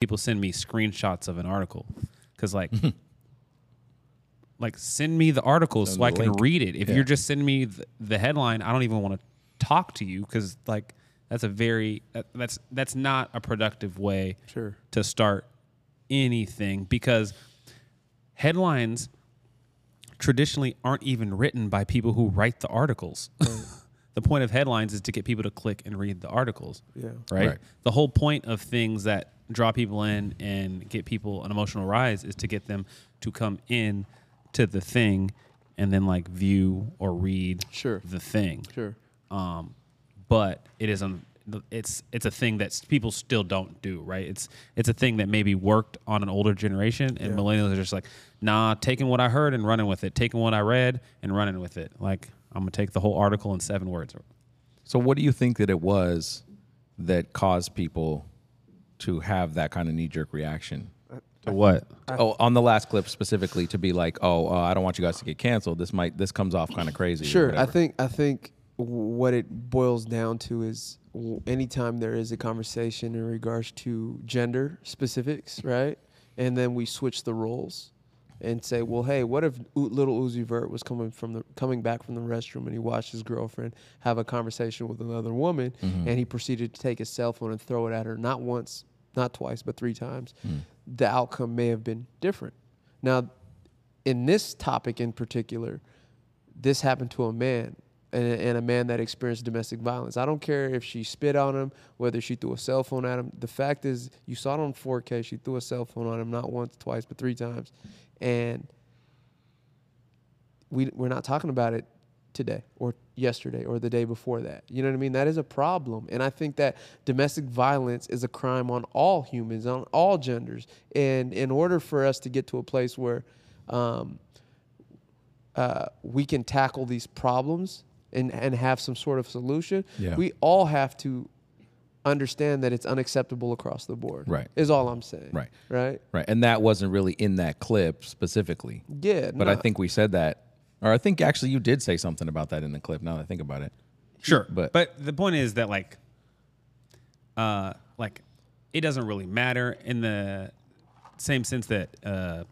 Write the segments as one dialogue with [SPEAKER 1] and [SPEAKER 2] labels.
[SPEAKER 1] people send me screenshots of an article because like like send me the article so
[SPEAKER 2] the
[SPEAKER 1] i can
[SPEAKER 2] link.
[SPEAKER 1] read it if
[SPEAKER 2] Yeah.
[SPEAKER 1] you're just sending me the, the headline i don't even want to talk to you because like that's a very that, that's that's not a productive way
[SPEAKER 2] Sure.
[SPEAKER 1] to start anything because headlines traditionally aren't even written by people who write the articles the point of headlines is to get people to click and read the articles
[SPEAKER 2] Yeah.
[SPEAKER 1] right?
[SPEAKER 3] Right.
[SPEAKER 1] The whole point of things that draw people in and get people an emotional rise is to get them to come in to the thing and then like view or read
[SPEAKER 2] Sure.
[SPEAKER 1] the thing.
[SPEAKER 2] Sure.
[SPEAKER 1] Um, but it is un- it's it's a thing that s- people still don't do, right? It's it's a thing that maybe worked on an older generation, and millennials are just like, nah, taking what I heard and running with it, taking what I read and running with it. Like I'm gonna take the whole article in seven words.
[SPEAKER 3] So, what do you think that it was that caused people to have that kind of knee jerk reaction?
[SPEAKER 1] To what?
[SPEAKER 3] oh, on the last clip specifically, to be like, "Oh, uh, I don't want you guys to get canceled. This might this comes off kind of crazy." or
[SPEAKER 2] Sure. I
[SPEAKER 3] whatever.
[SPEAKER 2] think I think what it boils down to is w- anytime there is a conversation in regards to gender specifics, right? And then we switch the roles and say, well, hey, what if U- little Uzi Vert was coming from the coming back from the restroom and he watched his girlfriend have a conversation with another woman,
[SPEAKER 3] Mm-hmm.
[SPEAKER 2] and he proceeded to take his cell phone and throw it at her, not once, not twice, but three times.
[SPEAKER 3] Mm.
[SPEAKER 2] The outcome may have been different. Now, in this topic in particular, this happened to a man and, and a man that experienced domestic violence. I don't care if she spit on him, whether she threw a cell phone at him. The fact is, you saw it on 4K. She threw a cell phone on him not once, twice, but three times. And we, we're not talking about it today or yesterday or the day before that. You know what I mean? That is a problem. And I think that domestic violence is a crime on all humans, on all genders. And in order for us to get to a place where, um, uh, we can tackle these problems and, and have some sort of solution,
[SPEAKER 3] Yeah.
[SPEAKER 2] we all have to understand that it's unacceptable across the board.
[SPEAKER 3] Right.
[SPEAKER 2] Is all I'm saying.
[SPEAKER 3] Right.
[SPEAKER 2] Right.
[SPEAKER 3] right, and that wasn't really in that clip specifically.
[SPEAKER 2] Yeah.
[SPEAKER 3] But I think we said that, or I think actually you did say something about that in the clip. Now that I think about it,
[SPEAKER 1] Sure,
[SPEAKER 3] But-
[SPEAKER 1] but but the point is that like, uh, like it doesn't really matter in the same sense that uh,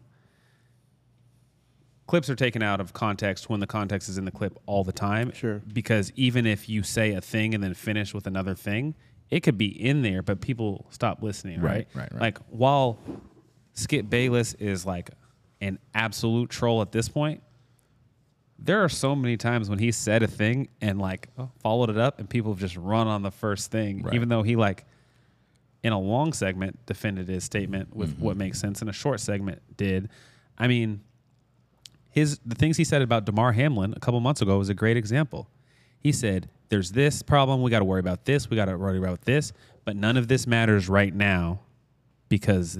[SPEAKER 1] clips are taken out of context when the context is in the clip all the time.
[SPEAKER 2] Sure.
[SPEAKER 1] because even if you say a thing and then finish with another thing, it could be in there, but people stop listening.
[SPEAKER 3] Right,
[SPEAKER 1] Right,
[SPEAKER 3] right, right.
[SPEAKER 1] Like while Skip Bayless is like an absolute troll at this point, there are so many times when he said a thing and like followed it up and people have just run on the first thing
[SPEAKER 3] Right.
[SPEAKER 1] even though he like in a long segment defended his statement with what makes sense and a short segment did i mean his the things he said about Damar Hamlin a couple months ago was a great example. He said, "There's this problem. We got to worry about this. We got to worry about this. But none of this matters right now because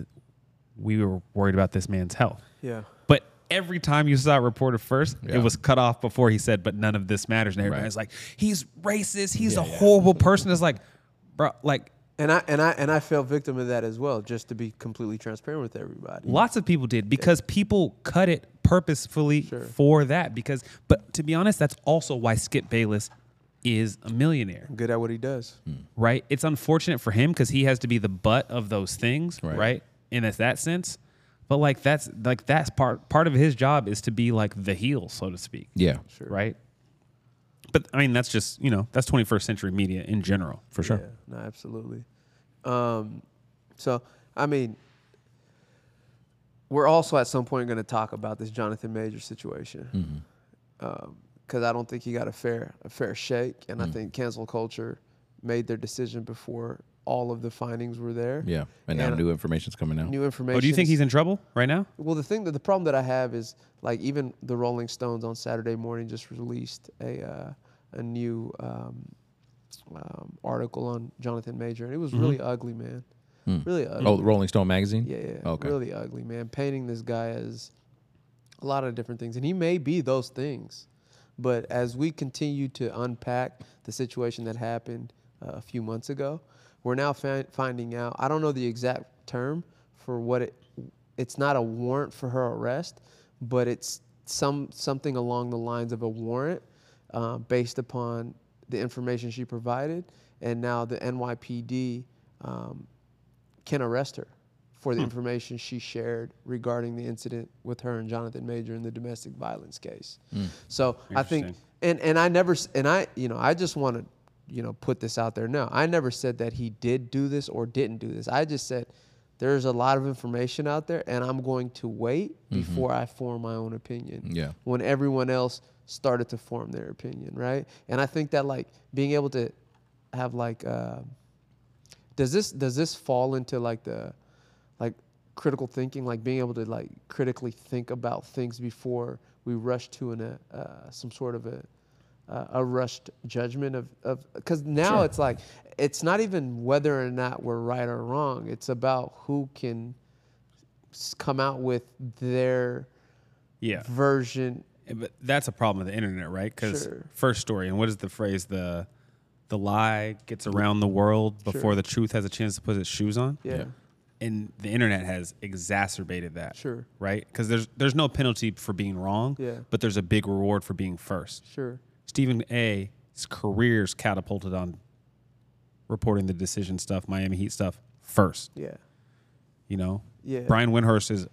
[SPEAKER 1] we were worried about this man's health."
[SPEAKER 2] Yeah.
[SPEAKER 1] But every time you saw it reported first,
[SPEAKER 3] Yeah.
[SPEAKER 1] it was cut off before he said, "But none of this matters." And everybody's like, "He's racist. He's a horrible person." It's like, bro, like
[SPEAKER 2] And I and I and I fell victim of that as well. Just to be completely transparent with everybody.
[SPEAKER 1] Lots of people did because people cut it purposefully for that. Because, but to be honest, that's also why Skip Bayless is a millionaire,
[SPEAKER 2] Good at what he does.
[SPEAKER 1] right? It's unfortunate for him because he has to be the butt of those things,
[SPEAKER 3] Right.
[SPEAKER 1] right? In that- that sense, but like that's like that's part part of his job is to be like the heel, so to speak,
[SPEAKER 3] yeah,
[SPEAKER 1] right? But I mean, that's just you know that's 21st century media in general for sure.
[SPEAKER 2] Yeah, no, absolutely. Um, so, I mean, we're also at some point going to talk about this Jonathan Major situation because I don't think he got a fair a fair shake, and I think cancel culture made their decision before all of the findings were there.
[SPEAKER 3] yeah. And now
[SPEAKER 2] And-
[SPEAKER 3] new information's coming out.
[SPEAKER 2] New information.
[SPEAKER 1] Oh, do you think
[SPEAKER 2] is-
[SPEAKER 1] he's in trouble right now?
[SPEAKER 2] well, the thing that the problem that I have is like even the Rolling Stones on Saturday morning just released a uh, a new um, um, article on Jonathan Major, and it was really ugly, man. Really ugly.
[SPEAKER 3] Oh, Rolling Stone magazine.
[SPEAKER 2] Yeah, yeah.
[SPEAKER 3] Okay.
[SPEAKER 2] Really ugly, man. Painting this guy as a lot of different things, and he may be those things. But as we continue to unpack the situation that happened uh, a few months ago, we're now fin- finding out. I don't know the exact term for what it. It's not a warrant for her arrest, but it's some something along the lines of a warrant uh, based upon the information she provided, and now the NYPD um, can arrest her for the information she shared regarding the incident with her and Jonathan Major in the domestic violence case. So I think,
[SPEAKER 1] Interesting.
[SPEAKER 2] and and I never, s- and I, you know, I just want to, you know, put this out there. now. I never said that he did do this or didn't do this. I just said there's a lot of information out there, and I'm going to wait before I form my own opinion
[SPEAKER 3] Yeah.
[SPEAKER 2] when everyone else started to form their opinion, right? And I think that like being able to have like uh, does this does this fall into like the like critical thinking, like being able to like critically think about things before we rush to an uh, uh, some sort of a uh, a rushed judgment of of because now it's like it's not even whether or not we're right or wrong. It's about who can s- come out with their
[SPEAKER 1] Yeah.
[SPEAKER 2] version
[SPEAKER 1] But that's a problem with the internet, right? Because
[SPEAKER 2] Sure.
[SPEAKER 1] first story, and what is the phrase? The the lie gets around the world before
[SPEAKER 2] Sure.
[SPEAKER 1] the truth has a chance to put its shoes on.
[SPEAKER 2] Yeah.
[SPEAKER 1] And the internet has exacerbated that.
[SPEAKER 2] Sure.
[SPEAKER 1] Right? Because there's there's no penalty for being wrong.
[SPEAKER 2] Yeah.
[SPEAKER 1] But there's a big reward for being first.
[SPEAKER 2] Sure.
[SPEAKER 1] Stephen A's career's catapulted on reporting the decision stuff, Miami Heat stuff first.
[SPEAKER 2] Yeah.
[SPEAKER 1] You know,
[SPEAKER 2] Yeah.
[SPEAKER 1] Brian Windhorst's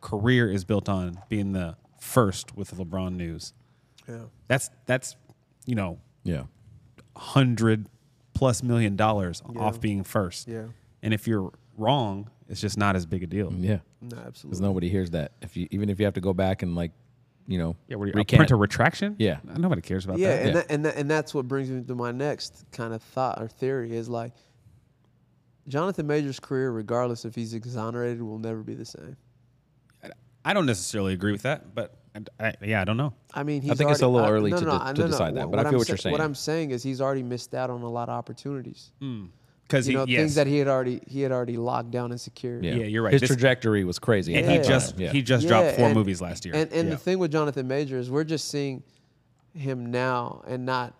[SPEAKER 1] career is built on being the first with the LeBron news.
[SPEAKER 2] Yeah.
[SPEAKER 1] That's that's you know
[SPEAKER 3] Yeah.
[SPEAKER 1] hundred plus million dollars off being first.
[SPEAKER 2] Yeah.
[SPEAKER 1] And if you're wrong, it's just not as big a deal.
[SPEAKER 3] Yeah.
[SPEAKER 2] No,
[SPEAKER 3] Because
[SPEAKER 2] absolutely.
[SPEAKER 3] nobody hears that. If you even if you have to go back and like, you know,
[SPEAKER 1] Yeah, where you
[SPEAKER 3] recant.
[SPEAKER 1] print a retraction. Uh,
[SPEAKER 3] Yeah.
[SPEAKER 1] nobody cares about
[SPEAKER 2] yeah,
[SPEAKER 1] that.
[SPEAKER 2] and
[SPEAKER 3] Yeah.
[SPEAKER 2] That, and that, and that's what brings me to my next kind of thought or theory is like Jonathan Major's career, regardless if he's exonerated, will never be the same.
[SPEAKER 1] I don't necessarily agree with that, but I, I- yeah, I don't know.
[SPEAKER 2] I mean, he's
[SPEAKER 3] think it's a
[SPEAKER 2] already-
[SPEAKER 3] little
[SPEAKER 2] I-
[SPEAKER 3] early
[SPEAKER 2] no,
[SPEAKER 3] to
[SPEAKER 2] no,
[SPEAKER 3] de-
[SPEAKER 2] I-
[SPEAKER 3] to
[SPEAKER 2] no, no,
[SPEAKER 3] decide that,
[SPEAKER 2] wh-
[SPEAKER 3] but I
[SPEAKER 2] what
[SPEAKER 3] feel
[SPEAKER 2] I'm
[SPEAKER 3] what you're
[SPEAKER 2] sa- What
[SPEAKER 3] saying. Mm-hmm.
[SPEAKER 2] I'm saying is he's already missed out on a lot of opportunities.
[SPEAKER 1] Because
[SPEAKER 2] You know,
[SPEAKER 1] yes,
[SPEAKER 2] things that he had already he had already locked down and secured.
[SPEAKER 1] Yeah, you're right.
[SPEAKER 3] His
[SPEAKER 1] This-
[SPEAKER 3] trajectory was crazy.
[SPEAKER 1] and
[SPEAKER 3] at
[SPEAKER 1] he
[SPEAKER 3] that
[SPEAKER 1] just
[SPEAKER 3] time. yeah.
[SPEAKER 1] he just
[SPEAKER 2] Yeah,
[SPEAKER 1] dropped four
[SPEAKER 2] and-
[SPEAKER 1] movies last year.
[SPEAKER 2] And and
[SPEAKER 1] Yeah.
[SPEAKER 2] the thing with Jonathan Major is we're just seeing him now and not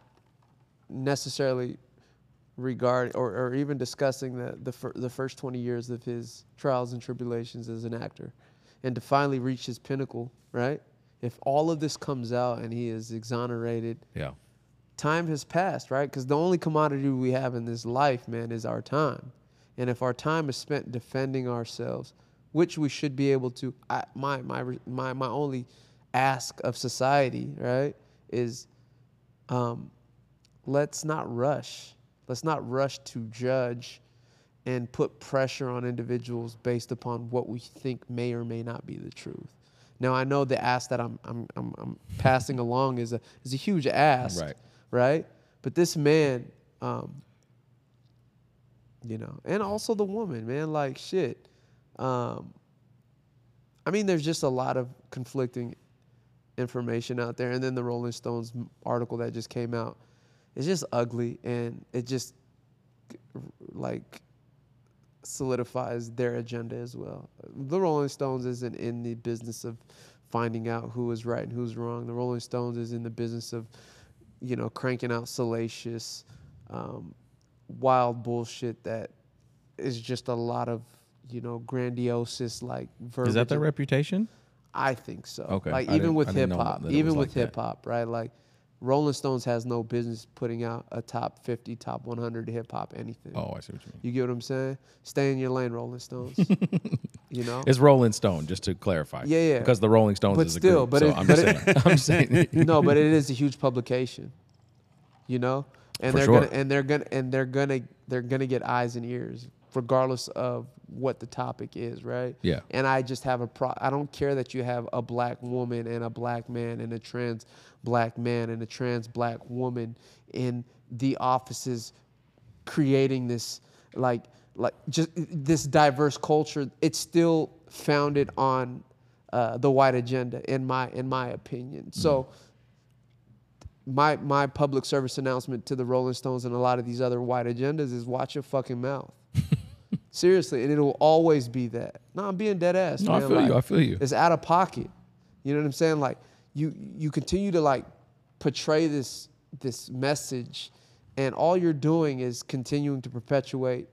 [SPEAKER 2] necessarily regard or, or even discussing the the, fir- the first 20 years of his trials and tribulations as an actor and to finally reach his pinnacle right if all of this comes out and he is exonerated
[SPEAKER 3] yeah.
[SPEAKER 2] time has passed, right? Because the only commodity we have in this life, man, is our time. And if our time is spent defending ourselves, which we should be able to, I, my my re- my my only ask of society, right, is, um, let's not rush. Let's not rush to judge and put pressure on individuals based upon what we think may or may not be the truth. Now I know the ask that I'm I'm I'm, I'm passing along is a is a huge ask,
[SPEAKER 3] Right.
[SPEAKER 2] Right. But this man, um, you know, and also the woman, man, like shit. Um, I mean, there's just a lot of conflicting information out there, and then the Rolling Stones m- article that just came out. It's just ugly, and it just like solidifies their agenda as well. The Rolling Stones isn't in the business of finding out who is right and who's wrong. The Rolling Stones is in the business of, you know, cranking out salacious, um, wild bullshit that is just a lot of, you know, grandiose like verbiage.
[SPEAKER 3] Is that their reputation?
[SPEAKER 2] I think so.
[SPEAKER 3] Okay.
[SPEAKER 2] Like
[SPEAKER 3] I
[SPEAKER 2] even
[SPEAKER 3] didn't-
[SPEAKER 2] with
[SPEAKER 3] I
[SPEAKER 2] hip
[SPEAKER 3] didn't know
[SPEAKER 2] hop,
[SPEAKER 3] that it
[SPEAKER 2] even
[SPEAKER 3] was
[SPEAKER 2] with
[SPEAKER 3] like that.
[SPEAKER 2] hip hop, right? Like Rolling Stones has no business putting out a top 50, top 100 hip hop anything.
[SPEAKER 3] Oh, I see what you mean.
[SPEAKER 2] You get what I'm saying? Stay in your lane, Rolling Stones. you know?
[SPEAKER 3] It's Rolling Stone, just to clarify.
[SPEAKER 2] Yeah, yeah.
[SPEAKER 3] Because the Rolling Stones
[SPEAKER 2] But
[SPEAKER 3] is a
[SPEAKER 2] still,
[SPEAKER 3] group.
[SPEAKER 2] but
[SPEAKER 3] so
[SPEAKER 2] it-
[SPEAKER 3] I'm
[SPEAKER 2] but
[SPEAKER 3] just
[SPEAKER 2] it-
[SPEAKER 3] saying. I'm saying.
[SPEAKER 2] no, but it is a huge publication. You know? And
[SPEAKER 3] For
[SPEAKER 2] they're
[SPEAKER 3] sure.
[SPEAKER 2] gonna and they're gonna and they're gonna they're gonna get eyes and ears, regardless of what the topic is, right?
[SPEAKER 3] Yeah.
[SPEAKER 2] And I just have a pro I don't care that you have a black woman and a black man and a trans black man and a trans black woman in the offices creating this like like just this diverse culture it's still founded on uh, the white agenda in my in my opinion
[SPEAKER 3] Mm.
[SPEAKER 2] so my my public service announcement to the rolling stones and a lot of these other white agendas is watch your fucking mouth seriously and it'll always be that no i'm being dead ass
[SPEAKER 3] No, I
[SPEAKER 2] man,
[SPEAKER 3] feel
[SPEAKER 2] like,
[SPEAKER 3] you. I feel you.
[SPEAKER 2] it's out of pocket. You know what I'm saying? Like you you continue to like portray this this message, and all you're doing is continuing to perpetuate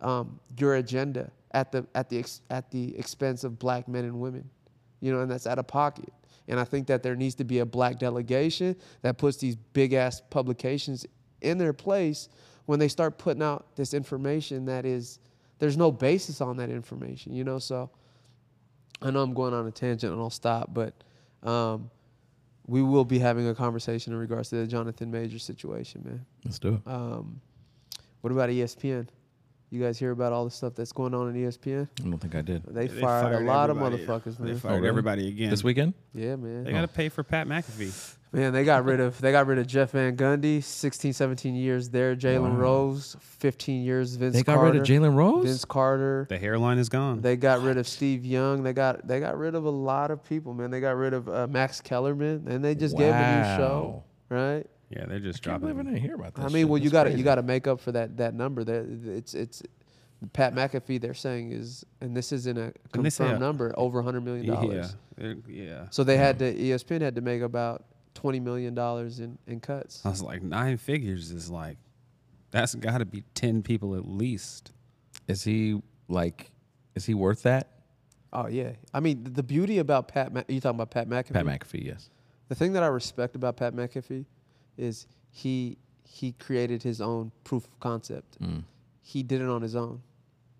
[SPEAKER 2] um, your agenda at the at the ex, at the expense of black men and women. You know, and that's out of pocket. And I think that there needs to be a black delegation that puts these big ass publications in their place when they start putting out this information that is there's no basis on that information, you know. So I know I'm going on a tangent and I'll stop, but um, we will be having a conversation in regards to the Jonathan Major situation, man.
[SPEAKER 3] Let's do it.
[SPEAKER 2] Um, what about E ESPN? You guys hear about all the stuff that's going on in E ESPN?
[SPEAKER 3] I don't think I did.
[SPEAKER 2] They, fired, a lot of motherfuckers,
[SPEAKER 4] They
[SPEAKER 2] man.
[SPEAKER 4] fired
[SPEAKER 3] really?
[SPEAKER 4] everybody again.
[SPEAKER 3] This weekend?
[SPEAKER 2] yeah, man.
[SPEAKER 1] They got to pay for Pat McAfee.
[SPEAKER 2] Man, they got rid of they got rid of Jeff Van Gundy, 16, 17 years there. Jalen Rose, 15 years. Vince
[SPEAKER 3] They got
[SPEAKER 2] Carter,
[SPEAKER 3] rid of Jalen Rose?
[SPEAKER 2] Vince Carter.
[SPEAKER 1] The hairline is gone.
[SPEAKER 2] They got rid of Steve Young. They got they got rid of a lot of people, man. They got rid of uh, Max Kellerman, and they just gave him a new show,
[SPEAKER 3] Wow.
[SPEAKER 2] right?
[SPEAKER 1] yeah, they're just dropping.
[SPEAKER 3] Can't believe I
[SPEAKER 1] them.
[SPEAKER 3] didn't hear about this.
[SPEAKER 2] I
[SPEAKER 3] shit.
[SPEAKER 2] mean, well, you
[SPEAKER 3] That's
[SPEAKER 2] got to
[SPEAKER 3] crazy.
[SPEAKER 2] you got to make up for that that number. That it's it's Pat McAfee. They're saying is, and this isn't a
[SPEAKER 1] And they say
[SPEAKER 2] confirmed
[SPEAKER 1] a-
[SPEAKER 2] number, over 100 million
[SPEAKER 1] Yeah,
[SPEAKER 2] dollars.
[SPEAKER 1] They're- yeah.
[SPEAKER 2] So they had to E ESPN had to make about 20 million dollars in in cuts.
[SPEAKER 1] I was like, nine figures is like, that's got to be ten people at least.
[SPEAKER 3] Is he like? Is he worth that?
[SPEAKER 2] Oh yeah, I mean th- the beauty about Pat. Ma- you talking about Pat McAfee?
[SPEAKER 3] Pat McAfee, yes.
[SPEAKER 2] The thing that I respect about Pat McAfee is he he created his own proof of concept.
[SPEAKER 3] Mm.
[SPEAKER 2] He did it on his own.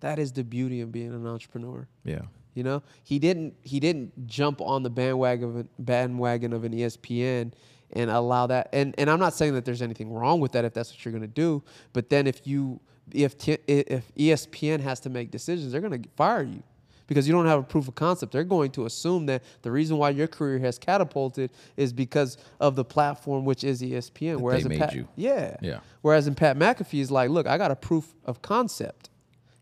[SPEAKER 2] That is the beauty of being an entrepreneur.
[SPEAKER 3] Yeah.
[SPEAKER 2] You know, he didn't he didn't jump on the bandwagon of an, bandwagon of an E ESPN and allow that. And and I'm not saying that there's anything wrong with that if that's what you're gonna do. But then if you if t- if E ESPN has to make decisions, they're gonna fire you because you don't have a proof of concept. They're going to assume that the reason why your career has catapulted is because of the platform which is E ESPN. whereas in
[SPEAKER 3] made
[SPEAKER 2] Pat-
[SPEAKER 3] you.
[SPEAKER 2] yeah.
[SPEAKER 3] Yeah.
[SPEAKER 2] Whereas in Pat McAfee is like, look, I got a proof of concept.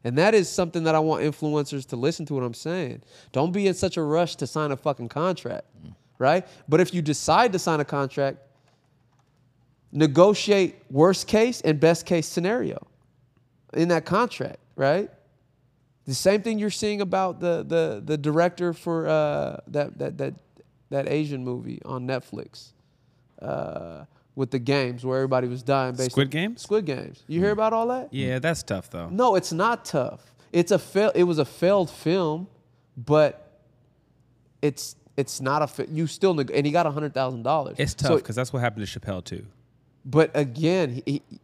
[SPEAKER 2] And that is something that I want influencers to listen to what I'm saying. Don't be in such a rush to sign a fucking contract, right? But if you decide to sign a contract, negotiate worst case and best case scenario in that contract, right? The same thing you're seeing about the the the director for uh, that that that that Asian movie on Netflix uh, with the games where everybody was dying. Based
[SPEAKER 1] Squid
[SPEAKER 2] on-
[SPEAKER 1] Games?
[SPEAKER 2] Squid Games. You hear about all that?
[SPEAKER 1] Yeah, that's tough though.
[SPEAKER 2] No, it's not tough. It's a fail. It was a failed film, but it's it's not a. Fa- you still neg- and he got hundred thousand dollars.
[SPEAKER 1] It's tough because that's what happened to Chappelle too.
[SPEAKER 2] but again, he, he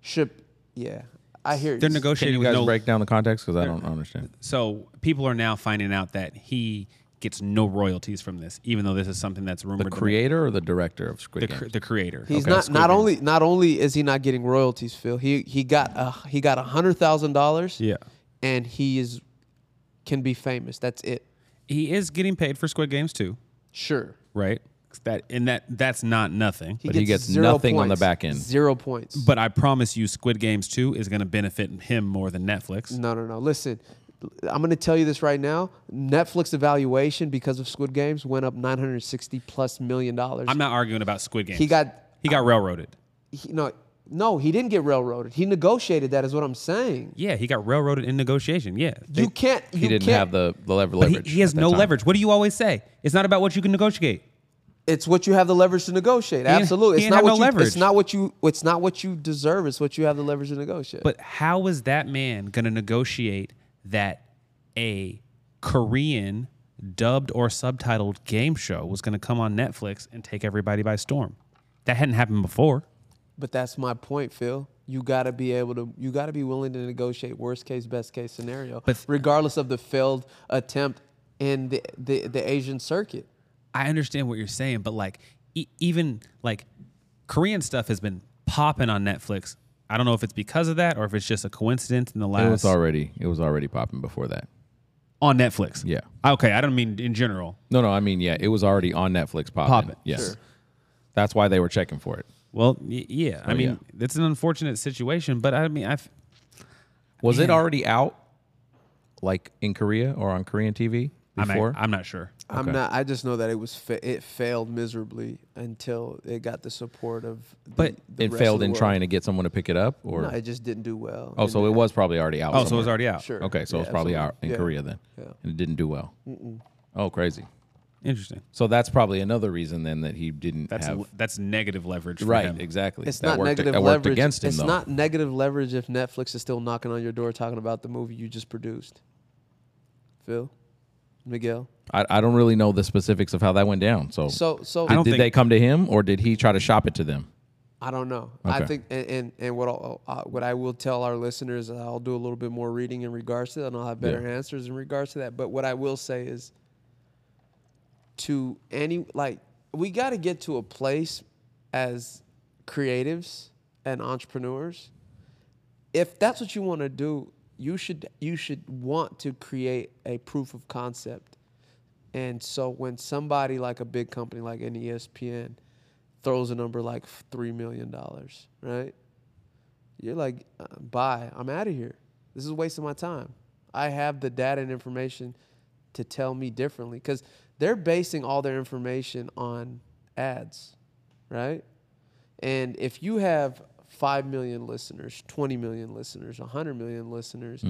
[SPEAKER 2] should. Yeah, I hear.
[SPEAKER 1] They're
[SPEAKER 2] you.
[SPEAKER 3] Can
[SPEAKER 1] negotiating
[SPEAKER 3] you
[SPEAKER 1] with
[SPEAKER 3] guys
[SPEAKER 1] no.
[SPEAKER 3] break down the context? Because I don't understand.
[SPEAKER 1] So people are now finding out that he gets no royalties from this, even though this is something that's rumored.
[SPEAKER 3] The
[SPEAKER 1] to-
[SPEAKER 3] creator or the director of Squid
[SPEAKER 1] the,
[SPEAKER 3] Game?
[SPEAKER 1] cr- the creator.
[SPEAKER 2] He's
[SPEAKER 1] Okay.
[SPEAKER 2] not
[SPEAKER 1] Squid
[SPEAKER 2] not
[SPEAKER 1] Game.
[SPEAKER 2] only not only is he not getting royalties, Phil. He he got a he got a hundred thousand dollars.
[SPEAKER 1] Yeah.
[SPEAKER 2] and he is can be famous. That's it.
[SPEAKER 1] He is getting paid for Squid Games too,
[SPEAKER 2] Sure,
[SPEAKER 1] right? That and that that's not nothing.
[SPEAKER 3] But he gets nothing on the back end.
[SPEAKER 2] Zero points.
[SPEAKER 1] But I promise you, Squid Games two is going to benefit him more than Netflix.
[SPEAKER 2] No, no, no. Listen, I'm going to tell you this right now. Netflix evaluation because of Squid Games went up 960 plus million dollars.
[SPEAKER 1] I'm not arguing about Squid Games.
[SPEAKER 2] He got
[SPEAKER 1] he got railroaded.
[SPEAKER 2] he, no, no. He didn't get railroaded. He negotiated that, is what I'm saying.
[SPEAKER 1] Yeah, he got railroaded in negotiation. Yeah,
[SPEAKER 2] you can't. You
[SPEAKER 3] he didn't
[SPEAKER 2] can't,
[SPEAKER 3] have the, the lever-
[SPEAKER 1] but he,
[SPEAKER 3] leverage.
[SPEAKER 1] he has
[SPEAKER 3] at that
[SPEAKER 1] no
[SPEAKER 3] time.
[SPEAKER 1] leverage. What do you always say? It's not about what you can negotiate.
[SPEAKER 2] It's what you have the leverage to negotiate.
[SPEAKER 1] didn't-
[SPEAKER 2] Absolutely.
[SPEAKER 1] he
[SPEAKER 2] It's
[SPEAKER 1] didn't
[SPEAKER 2] not
[SPEAKER 1] have
[SPEAKER 2] what
[SPEAKER 1] no
[SPEAKER 2] you, It's
[SPEAKER 1] leverage.
[SPEAKER 2] not what you. It's not what you deserve. It's what you have the leverage to negotiate.
[SPEAKER 1] But how is that man going to negotiate that a Korean dubbed or subtitled game show was going to come on Netflix and take everybody by storm? That hadn't happened before.
[SPEAKER 2] but that's my point, Phil. You gotta be able to. You gotta be willing to negotiate worst case, best case scenario,
[SPEAKER 1] But-
[SPEAKER 2] regardless of the failed attempt in the the, the Asian circuit.
[SPEAKER 1] I understand what you're saying, but like e- even like Korean stuff has been popping on Netflix. I don't know if it's because of that or if it's just a coincidence in the
[SPEAKER 3] It
[SPEAKER 1] last
[SPEAKER 3] was already it was already popping before that.
[SPEAKER 1] on Netflix.
[SPEAKER 3] Yeah.
[SPEAKER 1] Okay, I don't mean in general.
[SPEAKER 3] No, no, I mean yeah, it was already on Netflix popping.
[SPEAKER 1] Popping.
[SPEAKER 3] Yes.
[SPEAKER 2] Sure.
[SPEAKER 3] That's why they were checking for it.
[SPEAKER 1] Well, y- yeah. I
[SPEAKER 3] So,
[SPEAKER 1] mean, it's an unfortunate situation, but I mean, I have
[SPEAKER 3] Was it already out like in Korea or on Korean TV
[SPEAKER 1] I'm,
[SPEAKER 3] before?
[SPEAKER 1] I'm not sure.
[SPEAKER 2] I'm
[SPEAKER 3] Okay.
[SPEAKER 2] not. I just know that it was fa- it failed miserably until it got the support of. the-
[SPEAKER 1] But
[SPEAKER 2] the rest
[SPEAKER 3] it
[SPEAKER 2] of
[SPEAKER 3] failed
[SPEAKER 2] the
[SPEAKER 3] in
[SPEAKER 2] world.
[SPEAKER 3] trying to get someone to pick it up or
[SPEAKER 2] No, it just didn't do well.
[SPEAKER 3] Oh,
[SPEAKER 2] And
[SPEAKER 3] so it was probably already out.
[SPEAKER 1] Oh, so it
[SPEAKER 3] somewhere.
[SPEAKER 1] was already out.
[SPEAKER 2] Sure.
[SPEAKER 3] Okay, so
[SPEAKER 2] Yeah,
[SPEAKER 3] it's probably
[SPEAKER 2] absolutely.
[SPEAKER 3] out in
[SPEAKER 2] Yeah.
[SPEAKER 3] Korea then.
[SPEAKER 2] Yeah.
[SPEAKER 3] And it didn't do well. Oh, crazy.
[SPEAKER 1] Interesting.
[SPEAKER 3] So that's probably another reason then that he didn't
[SPEAKER 1] That's
[SPEAKER 3] have
[SPEAKER 1] le- that's negative leverage. For
[SPEAKER 3] right
[SPEAKER 1] him.
[SPEAKER 3] exactly.
[SPEAKER 2] It's
[SPEAKER 3] That
[SPEAKER 2] not
[SPEAKER 3] worked-
[SPEAKER 2] negative
[SPEAKER 3] that worked
[SPEAKER 2] leverage.
[SPEAKER 3] against him
[SPEAKER 2] it's
[SPEAKER 3] though.
[SPEAKER 2] not negative leverage if Netflix is still knocking on your door talking about the movie you just produced. Phil, Miguel.
[SPEAKER 3] I, I don't really know the specifics of how that went down. So,
[SPEAKER 2] So so
[SPEAKER 1] I don't
[SPEAKER 3] did
[SPEAKER 1] think-
[SPEAKER 3] they come to him or did he try to shop it to them?
[SPEAKER 2] I don't know.
[SPEAKER 3] Okay.
[SPEAKER 2] I think, and and, and what I'll, uh, what I will tell our listeners, uh, I'll do a little bit more reading in regards to that, and I'll have better
[SPEAKER 3] Yeah.
[SPEAKER 2] answers in regards to that. But what I will say is, to any like, we got to get to a place as creatives and entrepreneurs. If that's what you want to do, you should you should want to create a proof of concept. And so when somebody like a big company like an E ESPN throws a number like three million dollars, right? You're like, uh, bye, I'm out of here. This is a waste of my time. I have the data and information to tell me differently because they're basing all their information on ads, right? And if you have 5 million listeners, 20 million listeners, 100 million listeners,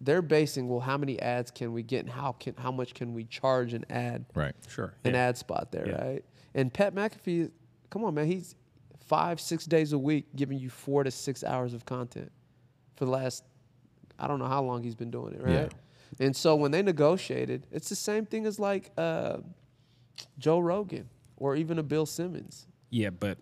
[SPEAKER 2] they're basing, well, how many ads can we get and how, can, how much can we charge an ad
[SPEAKER 3] Right.
[SPEAKER 1] Sure.
[SPEAKER 2] an
[SPEAKER 1] Yeah.
[SPEAKER 2] ad spot there,
[SPEAKER 1] Yeah.
[SPEAKER 2] right? And Pat McAfee, come on, man, he's five, six days a week giving you four to six hours of content for the last, I don't know how long he's been doing it,
[SPEAKER 3] Yeah.
[SPEAKER 2] right? And so when they negotiated, it's the same thing as like uh, Joe Rogan or even a Bill Simmons.
[SPEAKER 1] Yeah, but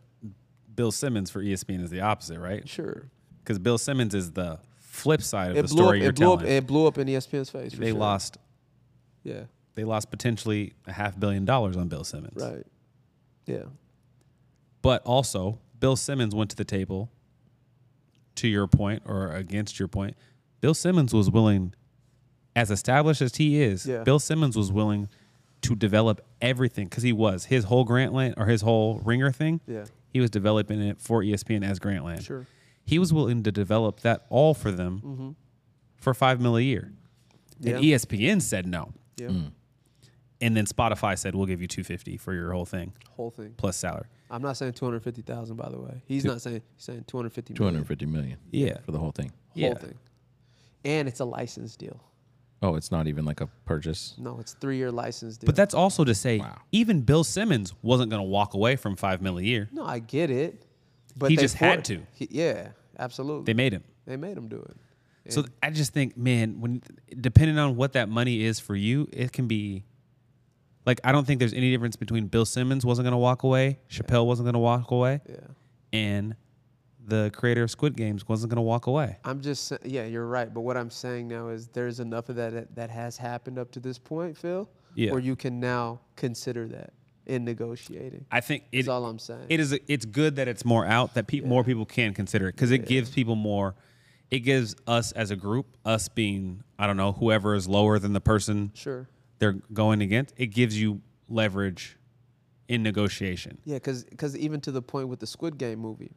[SPEAKER 1] Bill Simmons for E ESPN is the opposite, right?
[SPEAKER 2] Sure,
[SPEAKER 1] Because Bill Simmons is the flip side of
[SPEAKER 2] it
[SPEAKER 1] the
[SPEAKER 2] blew up.
[SPEAKER 1] story you're
[SPEAKER 2] It blew up.
[SPEAKER 1] telling.
[SPEAKER 2] It blew up in E ESPN's face. For
[SPEAKER 1] they
[SPEAKER 2] sure.
[SPEAKER 1] lost.
[SPEAKER 2] Yeah.
[SPEAKER 1] They lost potentially a half billion dollars on Bill Simmons.
[SPEAKER 2] Right. Yeah.
[SPEAKER 1] But also, Bill Simmons went to the table. To your point, or against your point, Bill Simmons was willing, as established as he is,
[SPEAKER 2] Yeah.
[SPEAKER 1] Bill Simmons was willing to develop everything because he was his whole Grantland or his whole Ringer thing.
[SPEAKER 2] Yeah.
[SPEAKER 1] he was developing it for E ESPN as Grantland.
[SPEAKER 2] Sure. Mm-hmm.
[SPEAKER 1] he was willing to develop that all for them for five mil a year, and E
[SPEAKER 2] Yeah.
[SPEAKER 1] ESPN said no,
[SPEAKER 2] Yeah.
[SPEAKER 1] Mm. and then Spotify said we'll give you two fifty for your whole thing
[SPEAKER 2] Whole thing.
[SPEAKER 1] plus salary.
[SPEAKER 2] I'm not saying 250,000 by the way. He's not saying he's saying 250
[SPEAKER 3] Two
[SPEAKER 2] million.
[SPEAKER 3] hundred fifty million.
[SPEAKER 1] Yeah.
[SPEAKER 3] For the whole thing.
[SPEAKER 1] Yeah.
[SPEAKER 2] whole thing. And it's a license deal.
[SPEAKER 3] Oh, it's not even like a purchase.
[SPEAKER 2] No, it's three year license deal.
[SPEAKER 1] But that's also to say,
[SPEAKER 3] Wow.
[SPEAKER 1] even Bill Simmons wasn't going to walk away from five mil a year.
[SPEAKER 2] no, I get it. But
[SPEAKER 1] He
[SPEAKER 2] they
[SPEAKER 1] just had to.
[SPEAKER 2] He- yeah,
[SPEAKER 1] They
[SPEAKER 2] absolutely. They,
[SPEAKER 1] made him.
[SPEAKER 2] made him do it.
[SPEAKER 1] So th- I just think, man, when depending on what that money is for you, it can be. Like I don't think there's any difference between Bill Simmons wasn't going to walk away, Chappelle wasn't going to walk away,
[SPEAKER 2] Yeah,
[SPEAKER 1] and the creator of Squid Games wasn't going to walk away.
[SPEAKER 2] I'm just sa- yeah, you're right. But what I'm saying now is there's enough of that that, that has happened up to this point, Phil.
[SPEAKER 1] Yeah.
[SPEAKER 2] Where you can now consider that in negotiating.
[SPEAKER 1] I think it,
[SPEAKER 2] That's all I'm saying.
[SPEAKER 1] it is it's good that it's more out that pe- more people can consider it because it gives people more it gives us as a group us being i don't know whoever is lower than the person
[SPEAKER 2] sure.
[SPEAKER 1] they're going against it gives you leverage in negotiation
[SPEAKER 2] Yeah, because even to the point with the Squid Game movie,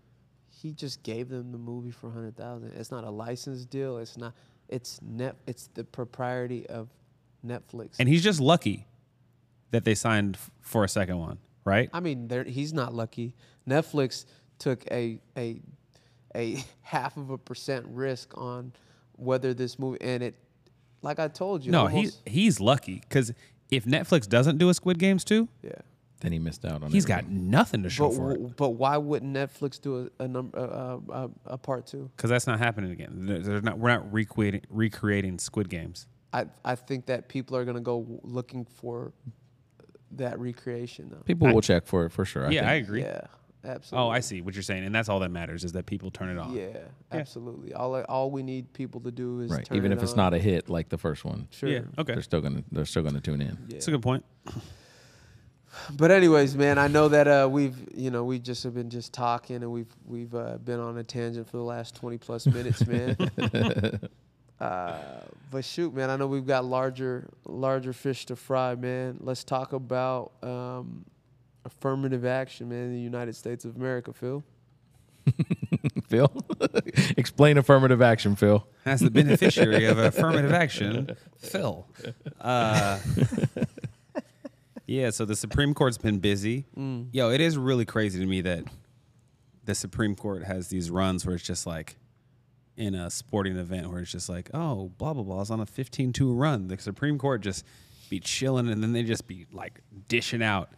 [SPEAKER 2] he just gave them the movie for hundred thousand. It's not a license deal. It's not. It's net. It's the propriety of Netflix.
[SPEAKER 1] and he's just lucky that they signed f- for a second one right
[SPEAKER 2] I mean, they're- he's not lucky. Netflix took a a a half of a percent risk on whether this movie and it. Like I told you,
[SPEAKER 1] no he,
[SPEAKER 2] almost-
[SPEAKER 1] he's lucky because if netflix doesn't do a squid games 2
[SPEAKER 2] yeah.
[SPEAKER 3] Then he missed out on.
[SPEAKER 1] he's got
[SPEAKER 3] everything.
[SPEAKER 1] nothing to show
[SPEAKER 2] But,
[SPEAKER 1] for it
[SPEAKER 2] w- but why wouldn't Netflix do a, a number a, a, a part two?
[SPEAKER 1] because that's not happening again They're- they're not, we're not recreating, recreating squid games
[SPEAKER 2] I I think that people are gonna go w- looking for that recreation though.
[SPEAKER 3] People will check for it for sure. I
[SPEAKER 1] yeah
[SPEAKER 3] think.
[SPEAKER 1] i agree
[SPEAKER 2] Yeah, absolutely.
[SPEAKER 1] Oh, I see what you're saying, and that's all that matters is that people turn it on.
[SPEAKER 2] Yeah, absolutely. All I- all we need people to do is
[SPEAKER 3] right.
[SPEAKER 2] turn
[SPEAKER 3] Even
[SPEAKER 2] it
[SPEAKER 3] if it's
[SPEAKER 2] on.
[SPEAKER 3] not a hit like the first one,
[SPEAKER 2] sure.
[SPEAKER 1] Yeah, Okay,
[SPEAKER 3] they're still gonna they're still gonna tune in.
[SPEAKER 1] it's a good point.
[SPEAKER 2] But anyways, man, I know that uh, we've you know we've just have been just talking and we've we've uh, been on a tangent for the last twenty plus minutes, man. uh, but shoot, man, I know we've got larger larger fish to fry, man. Let's talk about um, affirmative action, man, in the United States of America, Phil.
[SPEAKER 3] Phil, explain affirmative action, Phil.
[SPEAKER 1] As the beneficiary of affirmative action, Phil. Uh, yeah, so the Supreme Court's been busy. Yo, it is really crazy to me that the Supreme Court has these runs where it's just like in a sporting event where it's just like, oh, blah, blah, blah, is on a 15 2 run. The Supreme Court just be chilling and then they just be like dishing out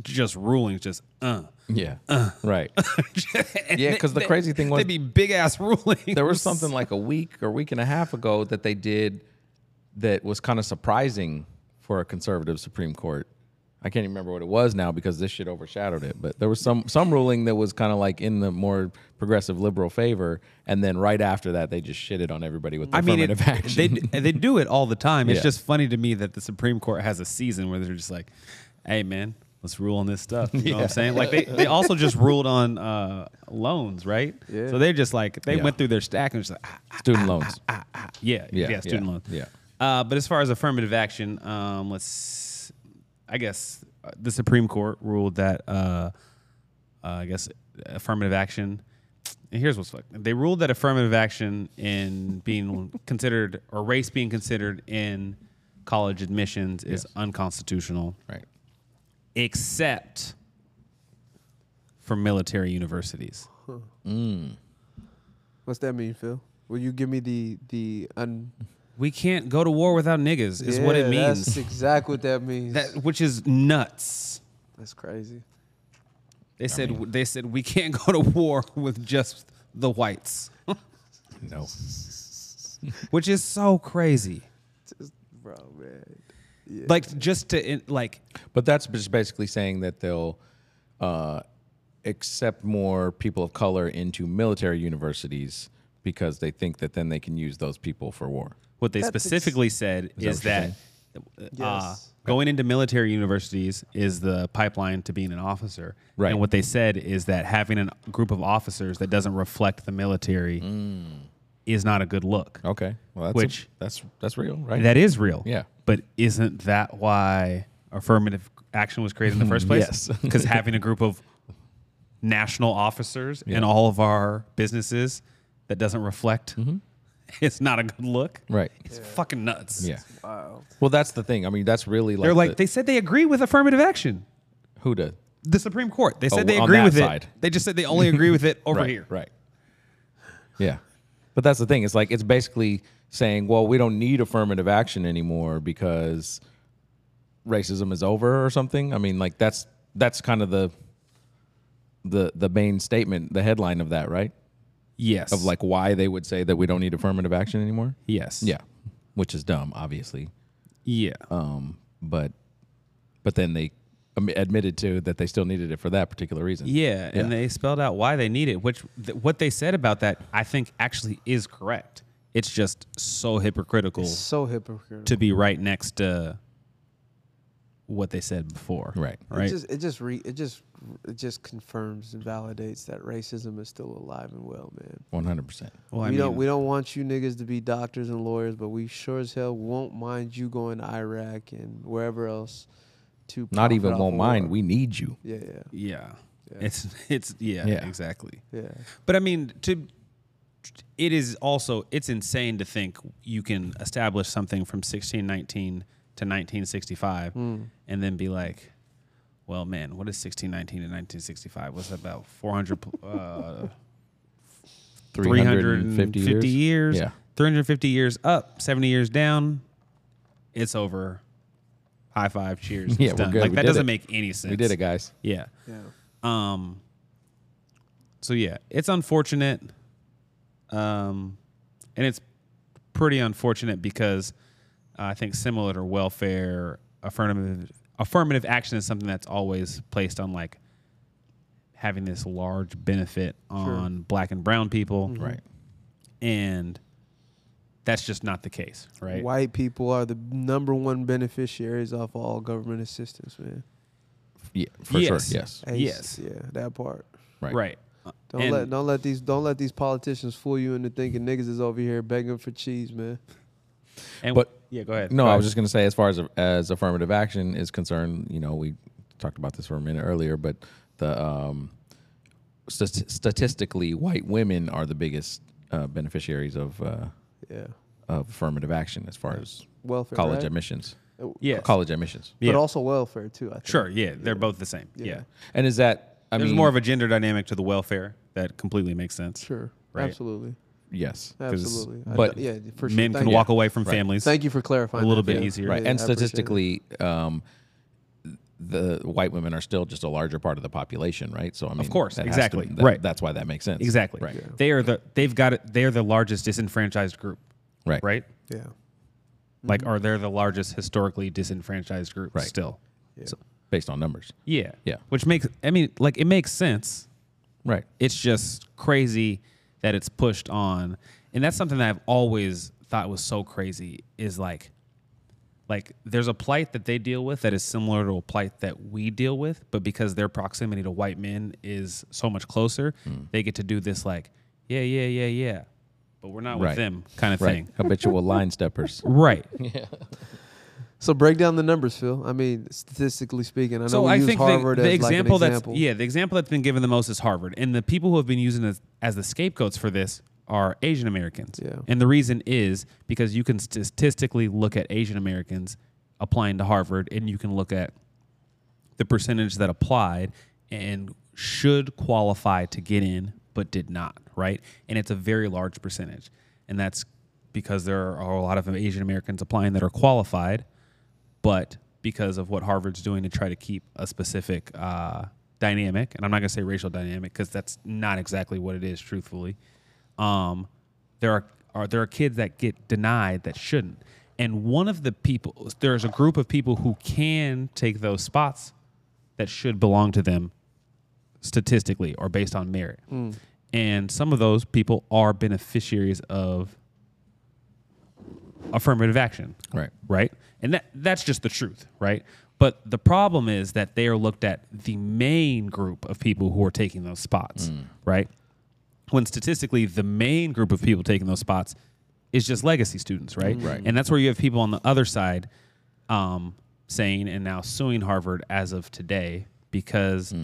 [SPEAKER 1] just rulings, just uh.
[SPEAKER 3] Yeah. Right.
[SPEAKER 1] And
[SPEAKER 3] Yeah,
[SPEAKER 1] they-
[SPEAKER 3] 'cause the
[SPEAKER 1] they-
[SPEAKER 3] crazy thing was-
[SPEAKER 1] they'd be big ass rulings.
[SPEAKER 3] there was something like a week or week and a half ago that they did that was kind of surprising for a conservative Supreme Court I can't even remember what it was now because this shit overshadowed it. But there was some some ruling that was kind of like in the more progressive liberal favor, and then right after that they just shitted on everybody with
[SPEAKER 1] I mean, it,
[SPEAKER 3] affirmative action.
[SPEAKER 1] they they do it all the time. It's
[SPEAKER 3] Yeah.
[SPEAKER 1] just funny to me that the Supreme Court has a season where they're just like, "Hey, man, let's rule on this stuff." You know what I'm saying? Like they, they also just ruled on uh, loans, right?
[SPEAKER 2] Yeah.
[SPEAKER 1] So they're just like they
[SPEAKER 3] Yeah.
[SPEAKER 1] went through their stack and just like, ah, ah,
[SPEAKER 3] Student loans.
[SPEAKER 1] ah. yeah, yeah,
[SPEAKER 3] Yeah,
[SPEAKER 1] student
[SPEAKER 3] yeah,
[SPEAKER 1] loans,
[SPEAKER 3] yeah.
[SPEAKER 1] Uh, but as far as affirmative action, um, let's, I guess, uh, the Supreme Court ruled that. Uh, uh, I guess affirmative action. And here's what's fucked. They ruled that affirmative action in being considered or race being considered in college admissions is unconstitutional,
[SPEAKER 3] Right.
[SPEAKER 1] except for military universities.
[SPEAKER 2] What's that mean, Phil? Will you give me the the un?
[SPEAKER 1] We can't go to war without niggas, is what it
[SPEAKER 2] Yeah, That's
[SPEAKER 1] means.
[SPEAKER 2] exactly what that means.
[SPEAKER 1] That, which is nuts.
[SPEAKER 2] that's crazy.
[SPEAKER 1] They said they said we can't go to war with just the whites,
[SPEAKER 3] No.
[SPEAKER 1] which is so crazy.
[SPEAKER 2] Just, bro, man.
[SPEAKER 1] Like just to in- like
[SPEAKER 3] But that's just basically saying that they'll uh, accept more people of color into military universities because they think that then they can use those people for war.
[SPEAKER 1] What they
[SPEAKER 2] That's ex-
[SPEAKER 1] specifically said
[SPEAKER 3] that
[SPEAKER 1] is
[SPEAKER 3] what you're
[SPEAKER 1] that, uh,
[SPEAKER 2] Yes.
[SPEAKER 1] going into military universities is the pipeline to being an officer.
[SPEAKER 3] Right.
[SPEAKER 1] And what they said is that having a group of officers that doesn't reflect the military Mm. is not a good look.
[SPEAKER 3] Okay. Well, that's
[SPEAKER 1] Which-
[SPEAKER 3] that's that's real, right?
[SPEAKER 1] That is real.
[SPEAKER 3] Yeah.
[SPEAKER 1] But isn't that why affirmative action was created in the first place?
[SPEAKER 3] Yes.
[SPEAKER 1] Because having a group of national officers in all of our businesses that doesn't reflect, it's not a good look.
[SPEAKER 3] Mm-hmm. right.
[SPEAKER 1] It's fucking nuts.
[SPEAKER 3] Yeah.
[SPEAKER 2] Wow.
[SPEAKER 3] Well, that's the thing. I mean, that's really like
[SPEAKER 1] They're like,
[SPEAKER 3] the,
[SPEAKER 1] they said they agree with affirmative action.
[SPEAKER 3] who to
[SPEAKER 1] The Supreme Court. They said
[SPEAKER 3] Oh,
[SPEAKER 1] they
[SPEAKER 3] on
[SPEAKER 1] agree
[SPEAKER 3] that
[SPEAKER 1] with
[SPEAKER 3] side.
[SPEAKER 1] it. They just said they only agree with it over
[SPEAKER 3] right,
[SPEAKER 1] here.
[SPEAKER 3] Right. Yeah. But that's the thing. It's like it's basically saying, well, we don't need affirmative action anymore because racism is over or something. I mean, like that's that's kind of the the the main statement, the headline of that, right?
[SPEAKER 1] Yes.
[SPEAKER 3] Of like why they would say that we don't need affirmative action anymore.
[SPEAKER 1] yes.
[SPEAKER 3] Yeah. Which is dumb, obviously.
[SPEAKER 1] Yeah.
[SPEAKER 3] Um, but but then they am- admitted to that they still needed it for that particular reason.
[SPEAKER 1] yeah. And they spelled out why they need it, which th- what they said about that, I think actually is correct. It's just so hypocritical
[SPEAKER 2] So hypocritical.
[SPEAKER 1] to be right next to what they said before.
[SPEAKER 3] Right.
[SPEAKER 1] Right.
[SPEAKER 2] It just it just re, it just it just confirms and validates that racism is still alive and well, man.
[SPEAKER 3] One hundred percent.
[SPEAKER 1] well, I
[SPEAKER 2] we don't
[SPEAKER 1] mean,
[SPEAKER 2] we don't want you niggas to be doctors and lawyers, but we sure as hell won't mind you going to Iraq and wherever else to
[SPEAKER 3] Not
[SPEAKER 2] profit
[SPEAKER 3] even
[SPEAKER 2] off
[SPEAKER 3] won't
[SPEAKER 2] of
[SPEAKER 3] mind.
[SPEAKER 2] war.
[SPEAKER 3] We need you.
[SPEAKER 2] yeah yeah
[SPEAKER 1] yeah. It's, it's, yeah,
[SPEAKER 3] Yeah.
[SPEAKER 1] exactly.
[SPEAKER 2] yeah.
[SPEAKER 1] But I mean, to it is also it's insane to think you can establish something from 1619 to 1965
[SPEAKER 2] Hmm.
[SPEAKER 1] and then be like, well, man, what is 1619 to 1965? What's that about 400 pl- uh, 350 years?
[SPEAKER 3] Yeah.
[SPEAKER 1] 350 years up, 70 years down. It's over. High five, cheers.
[SPEAKER 3] Yeah,
[SPEAKER 1] it's
[SPEAKER 3] we're
[SPEAKER 1] done.
[SPEAKER 3] good.
[SPEAKER 1] Like
[SPEAKER 3] We
[SPEAKER 1] that
[SPEAKER 3] did
[SPEAKER 1] doesn't
[SPEAKER 3] it.
[SPEAKER 1] make any sense.
[SPEAKER 3] We did it, guys.
[SPEAKER 1] Yeah.
[SPEAKER 2] Yeah.
[SPEAKER 1] Um. So yeah, it's unfortunate. Um, and it's pretty unfortunate because I think similar to welfare, affirmative affirmative action is something that's always placed on like having this large benefit on black and brown people,
[SPEAKER 3] Mm-hmm. Right.
[SPEAKER 1] and that's just not the case, right?
[SPEAKER 2] White people are the number one beneficiaries of all government assistance, man.
[SPEAKER 3] Yeah. For
[SPEAKER 1] Yes.
[SPEAKER 3] sure. Yes.
[SPEAKER 2] Ace,
[SPEAKER 1] Yes.
[SPEAKER 2] yeah, that part.
[SPEAKER 3] Right.
[SPEAKER 1] Right. Uh,
[SPEAKER 2] Don't
[SPEAKER 1] And-
[SPEAKER 2] let don't let these don't let these politicians fool you into thinking niggas is over here begging for cheese, man.
[SPEAKER 1] And
[SPEAKER 3] But-
[SPEAKER 1] yeah, go ahead.
[SPEAKER 3] No,
[SPEAKER 1] Go
[SPEAKER 3] I
[SPEAKER 1] ahead.
[SPEAKER 3] was just going to say, as far as as affirmative action is concerned, you know, we talked about this for a minute earlier, but the um, st- statistically, white women are the biggest uh, beneficiaries of uh,
[SPEAKER 2] Yeah,
[SPEAKER 3] of affirmative action as far as
[SPEAKER 2] welfare,
[SPEAKER 3] college
[SPEAKER 2] right?
[SPEAKER 3] admissions.
[SPEAKER 2] Uh,
[SPEAKER 1] Yes.
[SPEAKER 3] College admissions.
[SPEAKER 1] Yeah.
[SPEAKER 2] but also welfare too. I think.
[SPEAKER 1] Sure. Yeah, they're both the same.
[SPEAKER 2] Yeah.
[SPEAKER 1] yeah.
[SPEAKER 3] And is that? I
[SPEAKER 1] There's
[SPEAKER 3] mean,
[SPEAKER 1] more of a gender dynamic to the welfare that completely makes sense.
[SPEAKER 2] sure,
[SPEAKER 1] Right.
[SPEAKER 2] absolutely,
[SPEAKER 3] yes, 'cause-
[SPEAKER 2] absolutely. I
[SPEAKER 3] But
[SPEAKER 2] d- yeah, for sure.
[SPEAKER 1] Men
[SPEAKER 2] Thank
[SPEAKER 1] can
[SPEAKER 2] you.
[SPEAKER 1] walk away from
[SPEAKER 3] Right.
[SPEAKER 1] families.
[SPEAKER 2] Thank you for clarifying.
[SPEAKER 1] A little
[SPEAKER 2] that,
[SPEAKER 1] bit
[SPEAKER 2] yeah.
[SPEAKER 1] easier.
[SPEAKER 3] right
[SPEAKER 2] Yeah,
[SPEAKER 3] and
[SPEAKER 2] I appreciate it.
[SPEAKER 3] statistically um, the white women are still just a larger part of the population right so i mean
[SPEAKER 1] course,
[SPEAKER 3] that has to-
[SPEAKER 1] exactly,
[SPEAKER 3] that-
[SPEAKER 1] right.
[SPEAKER 3] that's why that makes sense
[SPEAKER 1] Exactly.
[SPEAKER 3] right
[SPEAKER 1] They are the they've got it. They are the largest disenfranchised group,
[SPEAKER 3] right
[SPEAKER 1] right?
[SPEAKER 2] Yeah. Mm-hmm.
[SPEAKER 1] Like, are they're the largest historically disenfranchised group
[SPEAKER 3] Right.
[SPEAKER 1] still? So,
[SPEAKER 3] based on numbers.
[SPEAKER 1] Yeah.
[SPEAKER 3] Yeah.
[SPEAKER 1] Which makes I mean, like it makes sense.
[SPEAKER 3] Right.
[SPEAKER 1] It's just crazy that it's pushed on. And that's something that I've always thought was so crazy is like like there's a plight that they deal with that is similar to a plight that we deal with, but because their proximity to white men is so much closer,
[SPEAKER 3] Hmm.
[SPEAKER 1] they get to do this like, yeah, yeah, yeah, yeah. But we're not
[SPEAKER 3] Right.
[SPEAKER 1] with them kind of
[SPEAKER 3] Right.
[SPEAKER 1] thing.
[SPEAKER 3] Habitual line steppers.
[SPEAKER 1] Right.
[SPEAKER 2] So break down the numbers, Phil. I mean, statistically speaking, I know
[SPEAKER 1] so
[SPEAKER 2] we
[SPEAKER 1] I
[SPEAKER 2] use
[SPEAKER 1] think
[SPEAKER 2] Harvard
[SPEAKER 1] the, the
[SPEAKER 2] as
[SPEAKER 1] example
[SPEAKER 2] like an
[SPEAKER 1] that's
[SPEAKER 2] example.
[SPEAKER 1] yeah the example that's been given the most is Harvard, and the people who have been using as as the scapegoats for this are Asian Americans.
[SPEAKER 2] Yeah.
[SPEAKER 1] And the reason is because you can statistically look at Asian Americans applying to Harvard, and you can look at the percentage that applied and should qualify to get in but did not, right? And it's a very large percentage. And that's because there are a lot of Asian Americans applying that are qualified, but because of what Harvard's doing to try to keep a specific uh, dynamic, and I'm not going to say racial dynamic because that's not exactly what it is, truthfully. Um, there are, are there are kids that get denied that shouldn't, and one of the people there is a group of people who can take those spots that should belong to them statistically or based on merit. And some of those people are beneficiaries of affirmative action
[SPEAKER 3] Right.
[SPEAKER 1] right? And that that's just the truth, right? But the problem is that they are looked at the main group of people who are taking those spots, right? When statistically the main group of people taking those spots is just legacy students, right?
[SPEAKER 3] Right.
[SPEAKER 1] And that's where you have people on the other side um, saying and now suing Harvard as of today because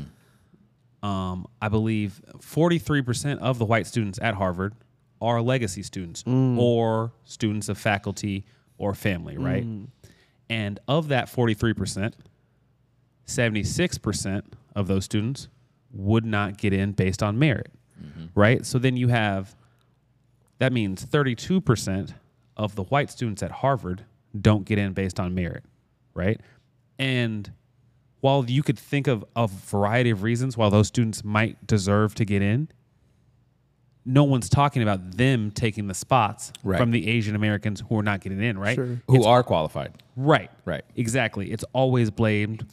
[SPEAKER 1] um, I believe 43% of the white students at Harvard are legacy students or students of faculty or family, right? And of that 43%, 76% of those students would not get in based on merit, right? So then you have that means 32% of the white students at Harvard don't get in based on merit, right? And while you could think of a variety of reasons why those students might deserve to get in, no one's talking about them taking the spots
[SPEAKER 3] Right.
[SPEAKER 1] from the Asian Americans who are not getting in, right?
[SPEAKER 2] Sure.
[SPEAKER 3] Who are qualified.
[SPEAKER 1] Right.
[SPEAKER 3] Right.
[SPEAKER 1] Exactly. It's always blamed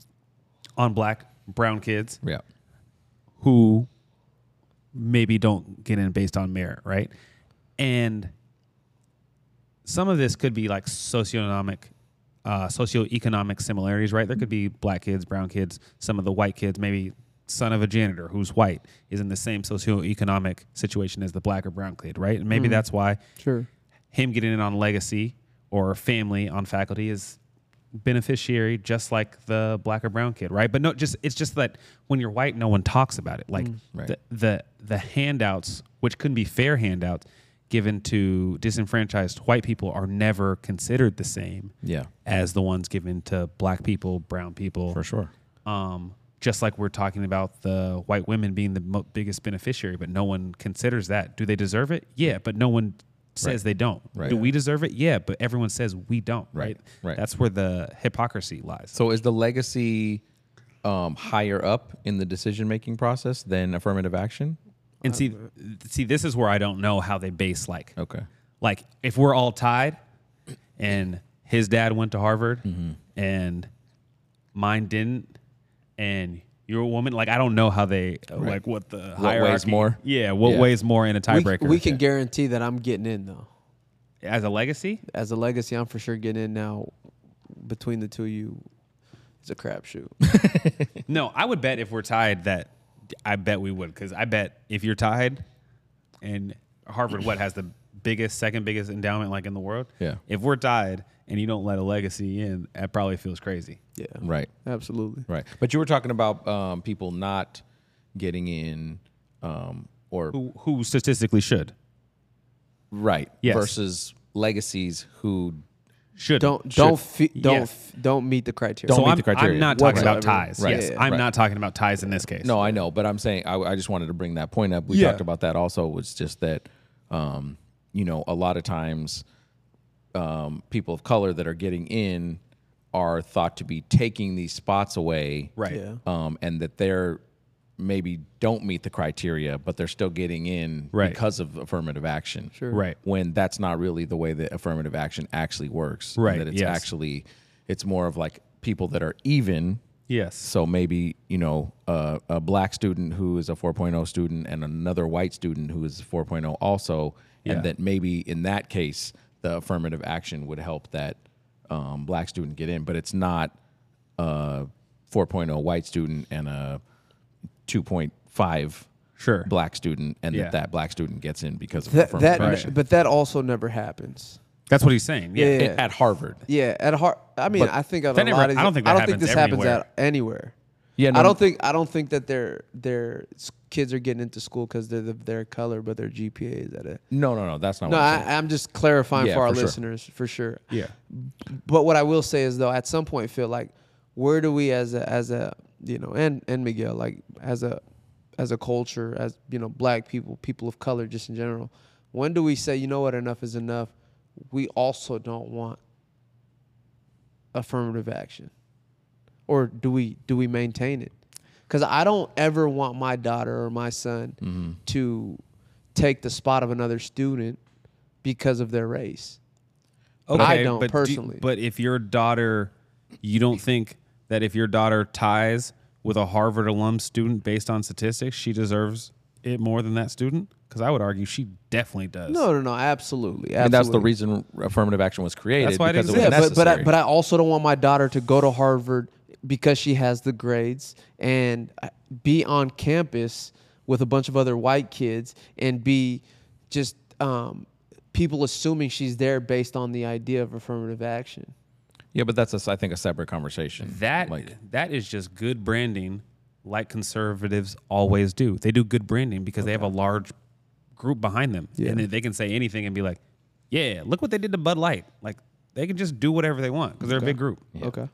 [SPEAKER 1] on black, brown kids
[SPEAKER 3] Yeah.
[SPEAKER 1] who maybe don't get in based on merit, right? And some of this could be like socioeconomic, uh, socioeconomic similarities, right? There could be black kids, brown kids, some of the white kids, maybe son of a janitor who's white is in the same socioeconomic situation as the black or brown kid, right? And maybe that's why
[SPEAKER 2] sure.
[SPEAKER 1] him getting in on legacy or family on faculty is beneficiary just like the black or brown kid right but no just it's just that when you're white no one talks about it like
[SPEAKER 3] Mm, Right.
[SPEAKER 1] the, the the handouts which couldn't be fair handouts given to disenfranchised white people are never considered the same
[SPEAKER 3] Yeah.
[SPEAKER 1] as the ones given to black people brown people
[SPEAKER 3] For sure.
[SPEAKER 1] um, just like we're talking about the white women being the mo- biggest beneficiary, but no one considers that. Do they deserve it? Yeah, but no one says they don't.
[SPEAKER 3] Right.
[SPEAKER 1] Do we deserve it? Yeah, but everyone says we don't.
[SPEAKER 3] Right.
[SPEAKER 1] Right.
[SPEAKER 3] Right.
[SPEAKER 1] That's where the hypocrisy lies.
[SPEAKER 3] So is the legacy um, higher up in the decision making process than affirmative action?
[SPEAKER 1] and see, see, this is where I don't know how they base like,
[SPEAKER 3] Okay.
[SPEAKER 1] like if we're all tied, and his dad went to Harvard, and mine didn't, and you're a woman. Like I don't know how they like what the
[SPEAKER 3] weighs
[SPEAKER 1] hierarchy
[SPEAKER 3] more?
[SPEAKER 1] Yeah, what
[SPEAKER 3] Yeah.
[SPEAKER 1] weighs more in a
[SPEAKER 2] We,
[SPEAKER 1] tiebreaker?
[SPEAKER 2] we can guarantee that I'm getting in though.
[SPEAKER 1] as a legacy.
[SPEAKER 2] As a legacy, I'm for sure getting in now. Between the two of you, it's a crapshoot.
[SPEAKER 1] No, I would bet if we're tied that I bet we would because I bet if you're tied and Harvard what has the biggest second biggest endowment like in the world.
[SPEAKER 3] Yeah.
[SPEAKER 1] If we're tied and you don't let a legacy in, that probably feels crazy.
[SPEAKER 2] yeah,
[SPEAKER 3] Right.
[SPEAKER 2] absolutely.
[SPEAKER 3] Right. But you were talking about um, people not getting in um, or
[SPEAKER 1] Who, who statistically should
[SPEAKER 3] right
[SPEAKER 1] Yes.
[SPEAKER 3] versus legacies who
[SPEAKER 1] should
[SPEAKER 2] Don't don't fe- don't
[SPEAKER 1] yeah.
[SPEAKER 2] f- don't meet the criteria.
[SPEAKER 3] Don't
[SPEAKER 1] So
[SPEAKER 3] meet
[SPEAKER 1] I'm,
[SPEAKER 3] the criteria.
[SPEAKER 1] I'm not talking about
[SPEAKER 2] Whatsoever.
[SPEAKER 1] ties.
[SPEAKER 3] Right.
[SPEAKER 1] Yes,
[SPEAKER 2] Yeah,
[SPEAKER 1] I'm
[SPEAKER 3] right.
[SPEAKER 1] not talking about ties in this case.
[SPEAKER 3] No, I know, but I'm saying I, I just wanted to bring that point up. We
[SPEAKER 2] Yeah.
[SPEAKER 3] talked about that also. Was just that, um, you know, a lot of times, um, people of color that are getting in are thought to be taking these spots away,
[SPEAKER 1] Right.
[SPEAKER 2] Yeah.
[SPEAKER 3] Um, and that they're maybe don't meet the criteria, but they're still getting in
[SPEAKER 1] Right.
[SPEAKER 3] because of affirmative action. Sure.
[SPEAKER 1] Right.
[SPEAKER 3] When that's not really the way that affirmative action actually works. and
[SPEAKER 1] Right,
[SPEAKER 3] That it's
[SPEAKER 1] yes.
[SPEAKER 3] actually, it's more of like people that are even
[SPEAKER 1] Yes.
[SPEAKER 3] So maybe you know uh, a black student who is a 4.0 student and another white student who is 4.0 also,
[SPEAKER 1] Yeah.
[SPEAKER 3] and that maybe in that case the affirmative action would help that um, black student get in, but it's not a 4.0 white student and a 2.5
[SPEAKER 1] Sure.
[SPEAKER 3] black student, and
[SPEAKER 1] Yeah.
[SPEAKER 3] that that black student gets in because of
[SPEAKER 2] That,
[SPEAKER 3] affirmative
[SPEAKER 2] that
[SPEAKER 3] action.
[SPEAKER 2] but that also never happens.
[SPEAKER 1] That's what he's saying. Yeah.
[SPEAKER 2] Yeah.
[SPEAKER 3] At- At Harvard,
[SPEAKER 2] Yeah, at heart. I mean, I think on
[SPEAKER 1] that
[SPEAKER 2] a
[SPEAKER 1] never-
[SPEAKER 2] lot of
[SPEAKER 1] I don't
[SPEAKER 2] these-
[SPEAKER 1] think that happens
[SPEAKER 2] this
[SPEAKER 1] everywhere.
[SPEAKER 2] happens at anywhere.
[SPEAKER 3] Yeah, no,
[SPEAKER 2] I don't think I don't think that their their s- kids are getting into school because they're the, their color, but their GPA is at a.
[SPEAKER 3] no, no, no,
[SPEAKER 1] Oh,
[SPEAKER 3] that's not.
[SPEAKER 2] No,
[SPEAKER 3] what I'm saying.
[SPEAKER 2] I, I'm just clarifying
[SPEAKER 3] Yeah,
[SPEAKER 2] for our
[SPEAKER 3] for sure.
[SPEAKER 2] listeners for sure.
[SPEAKER 1] Yeah.
[SPEAKER 2] But what I will say is though, at some point, feel like where do we as a as a you know and and Miguel like as a as a culture as you know black people people of color just in general, when do we say you know what enough is enough? We also don't want affirmative action, or do we do we maintain it? Because I don't ever want my daughter or my son to take the spot of another student because of their race. I don't
[SPEAKER 1] but do-
[SPEAKER 2] personally.
[SPEAKER 1] but if your daughter, you don't think that if your daughter ties with a Harvard alum student based on statistics, she deserves it more than that student? Because I would argue she definitely does.
[SPEAKER 2] No, no, no. Absolutely. absolutely.
[SPEAKER 3] And that's the reason affirmative action was created.
[SPEAKER 1] That's why it
[SPEAKER 3] because it was
[SPEAKER 1] exists.
[SPEAKER 2] Yeah, but but I,
[SPEAKER 3] necessary.
[SPEAKER 2] but I also don't want my daughter to go to Harvard because she has the grades and uh, be on campus with a bunch of other white kids and be just um, people assuming she's there based on the idea of affirmative action.
[SPEAKER 3] Yeah, but that's a s I think a separate conversation.
[SPEAKER 1] That
[SPEAKER 3] like
[SPEAKER 1] that is just good branding, like conservatives always do. They do good branding because they have a large group behind them, and then they can say anything and be like, "Yeah, look what they did to Bud Light." Like they can just do whatever they want because they're a big group.
[SPEAKER 2] Okay.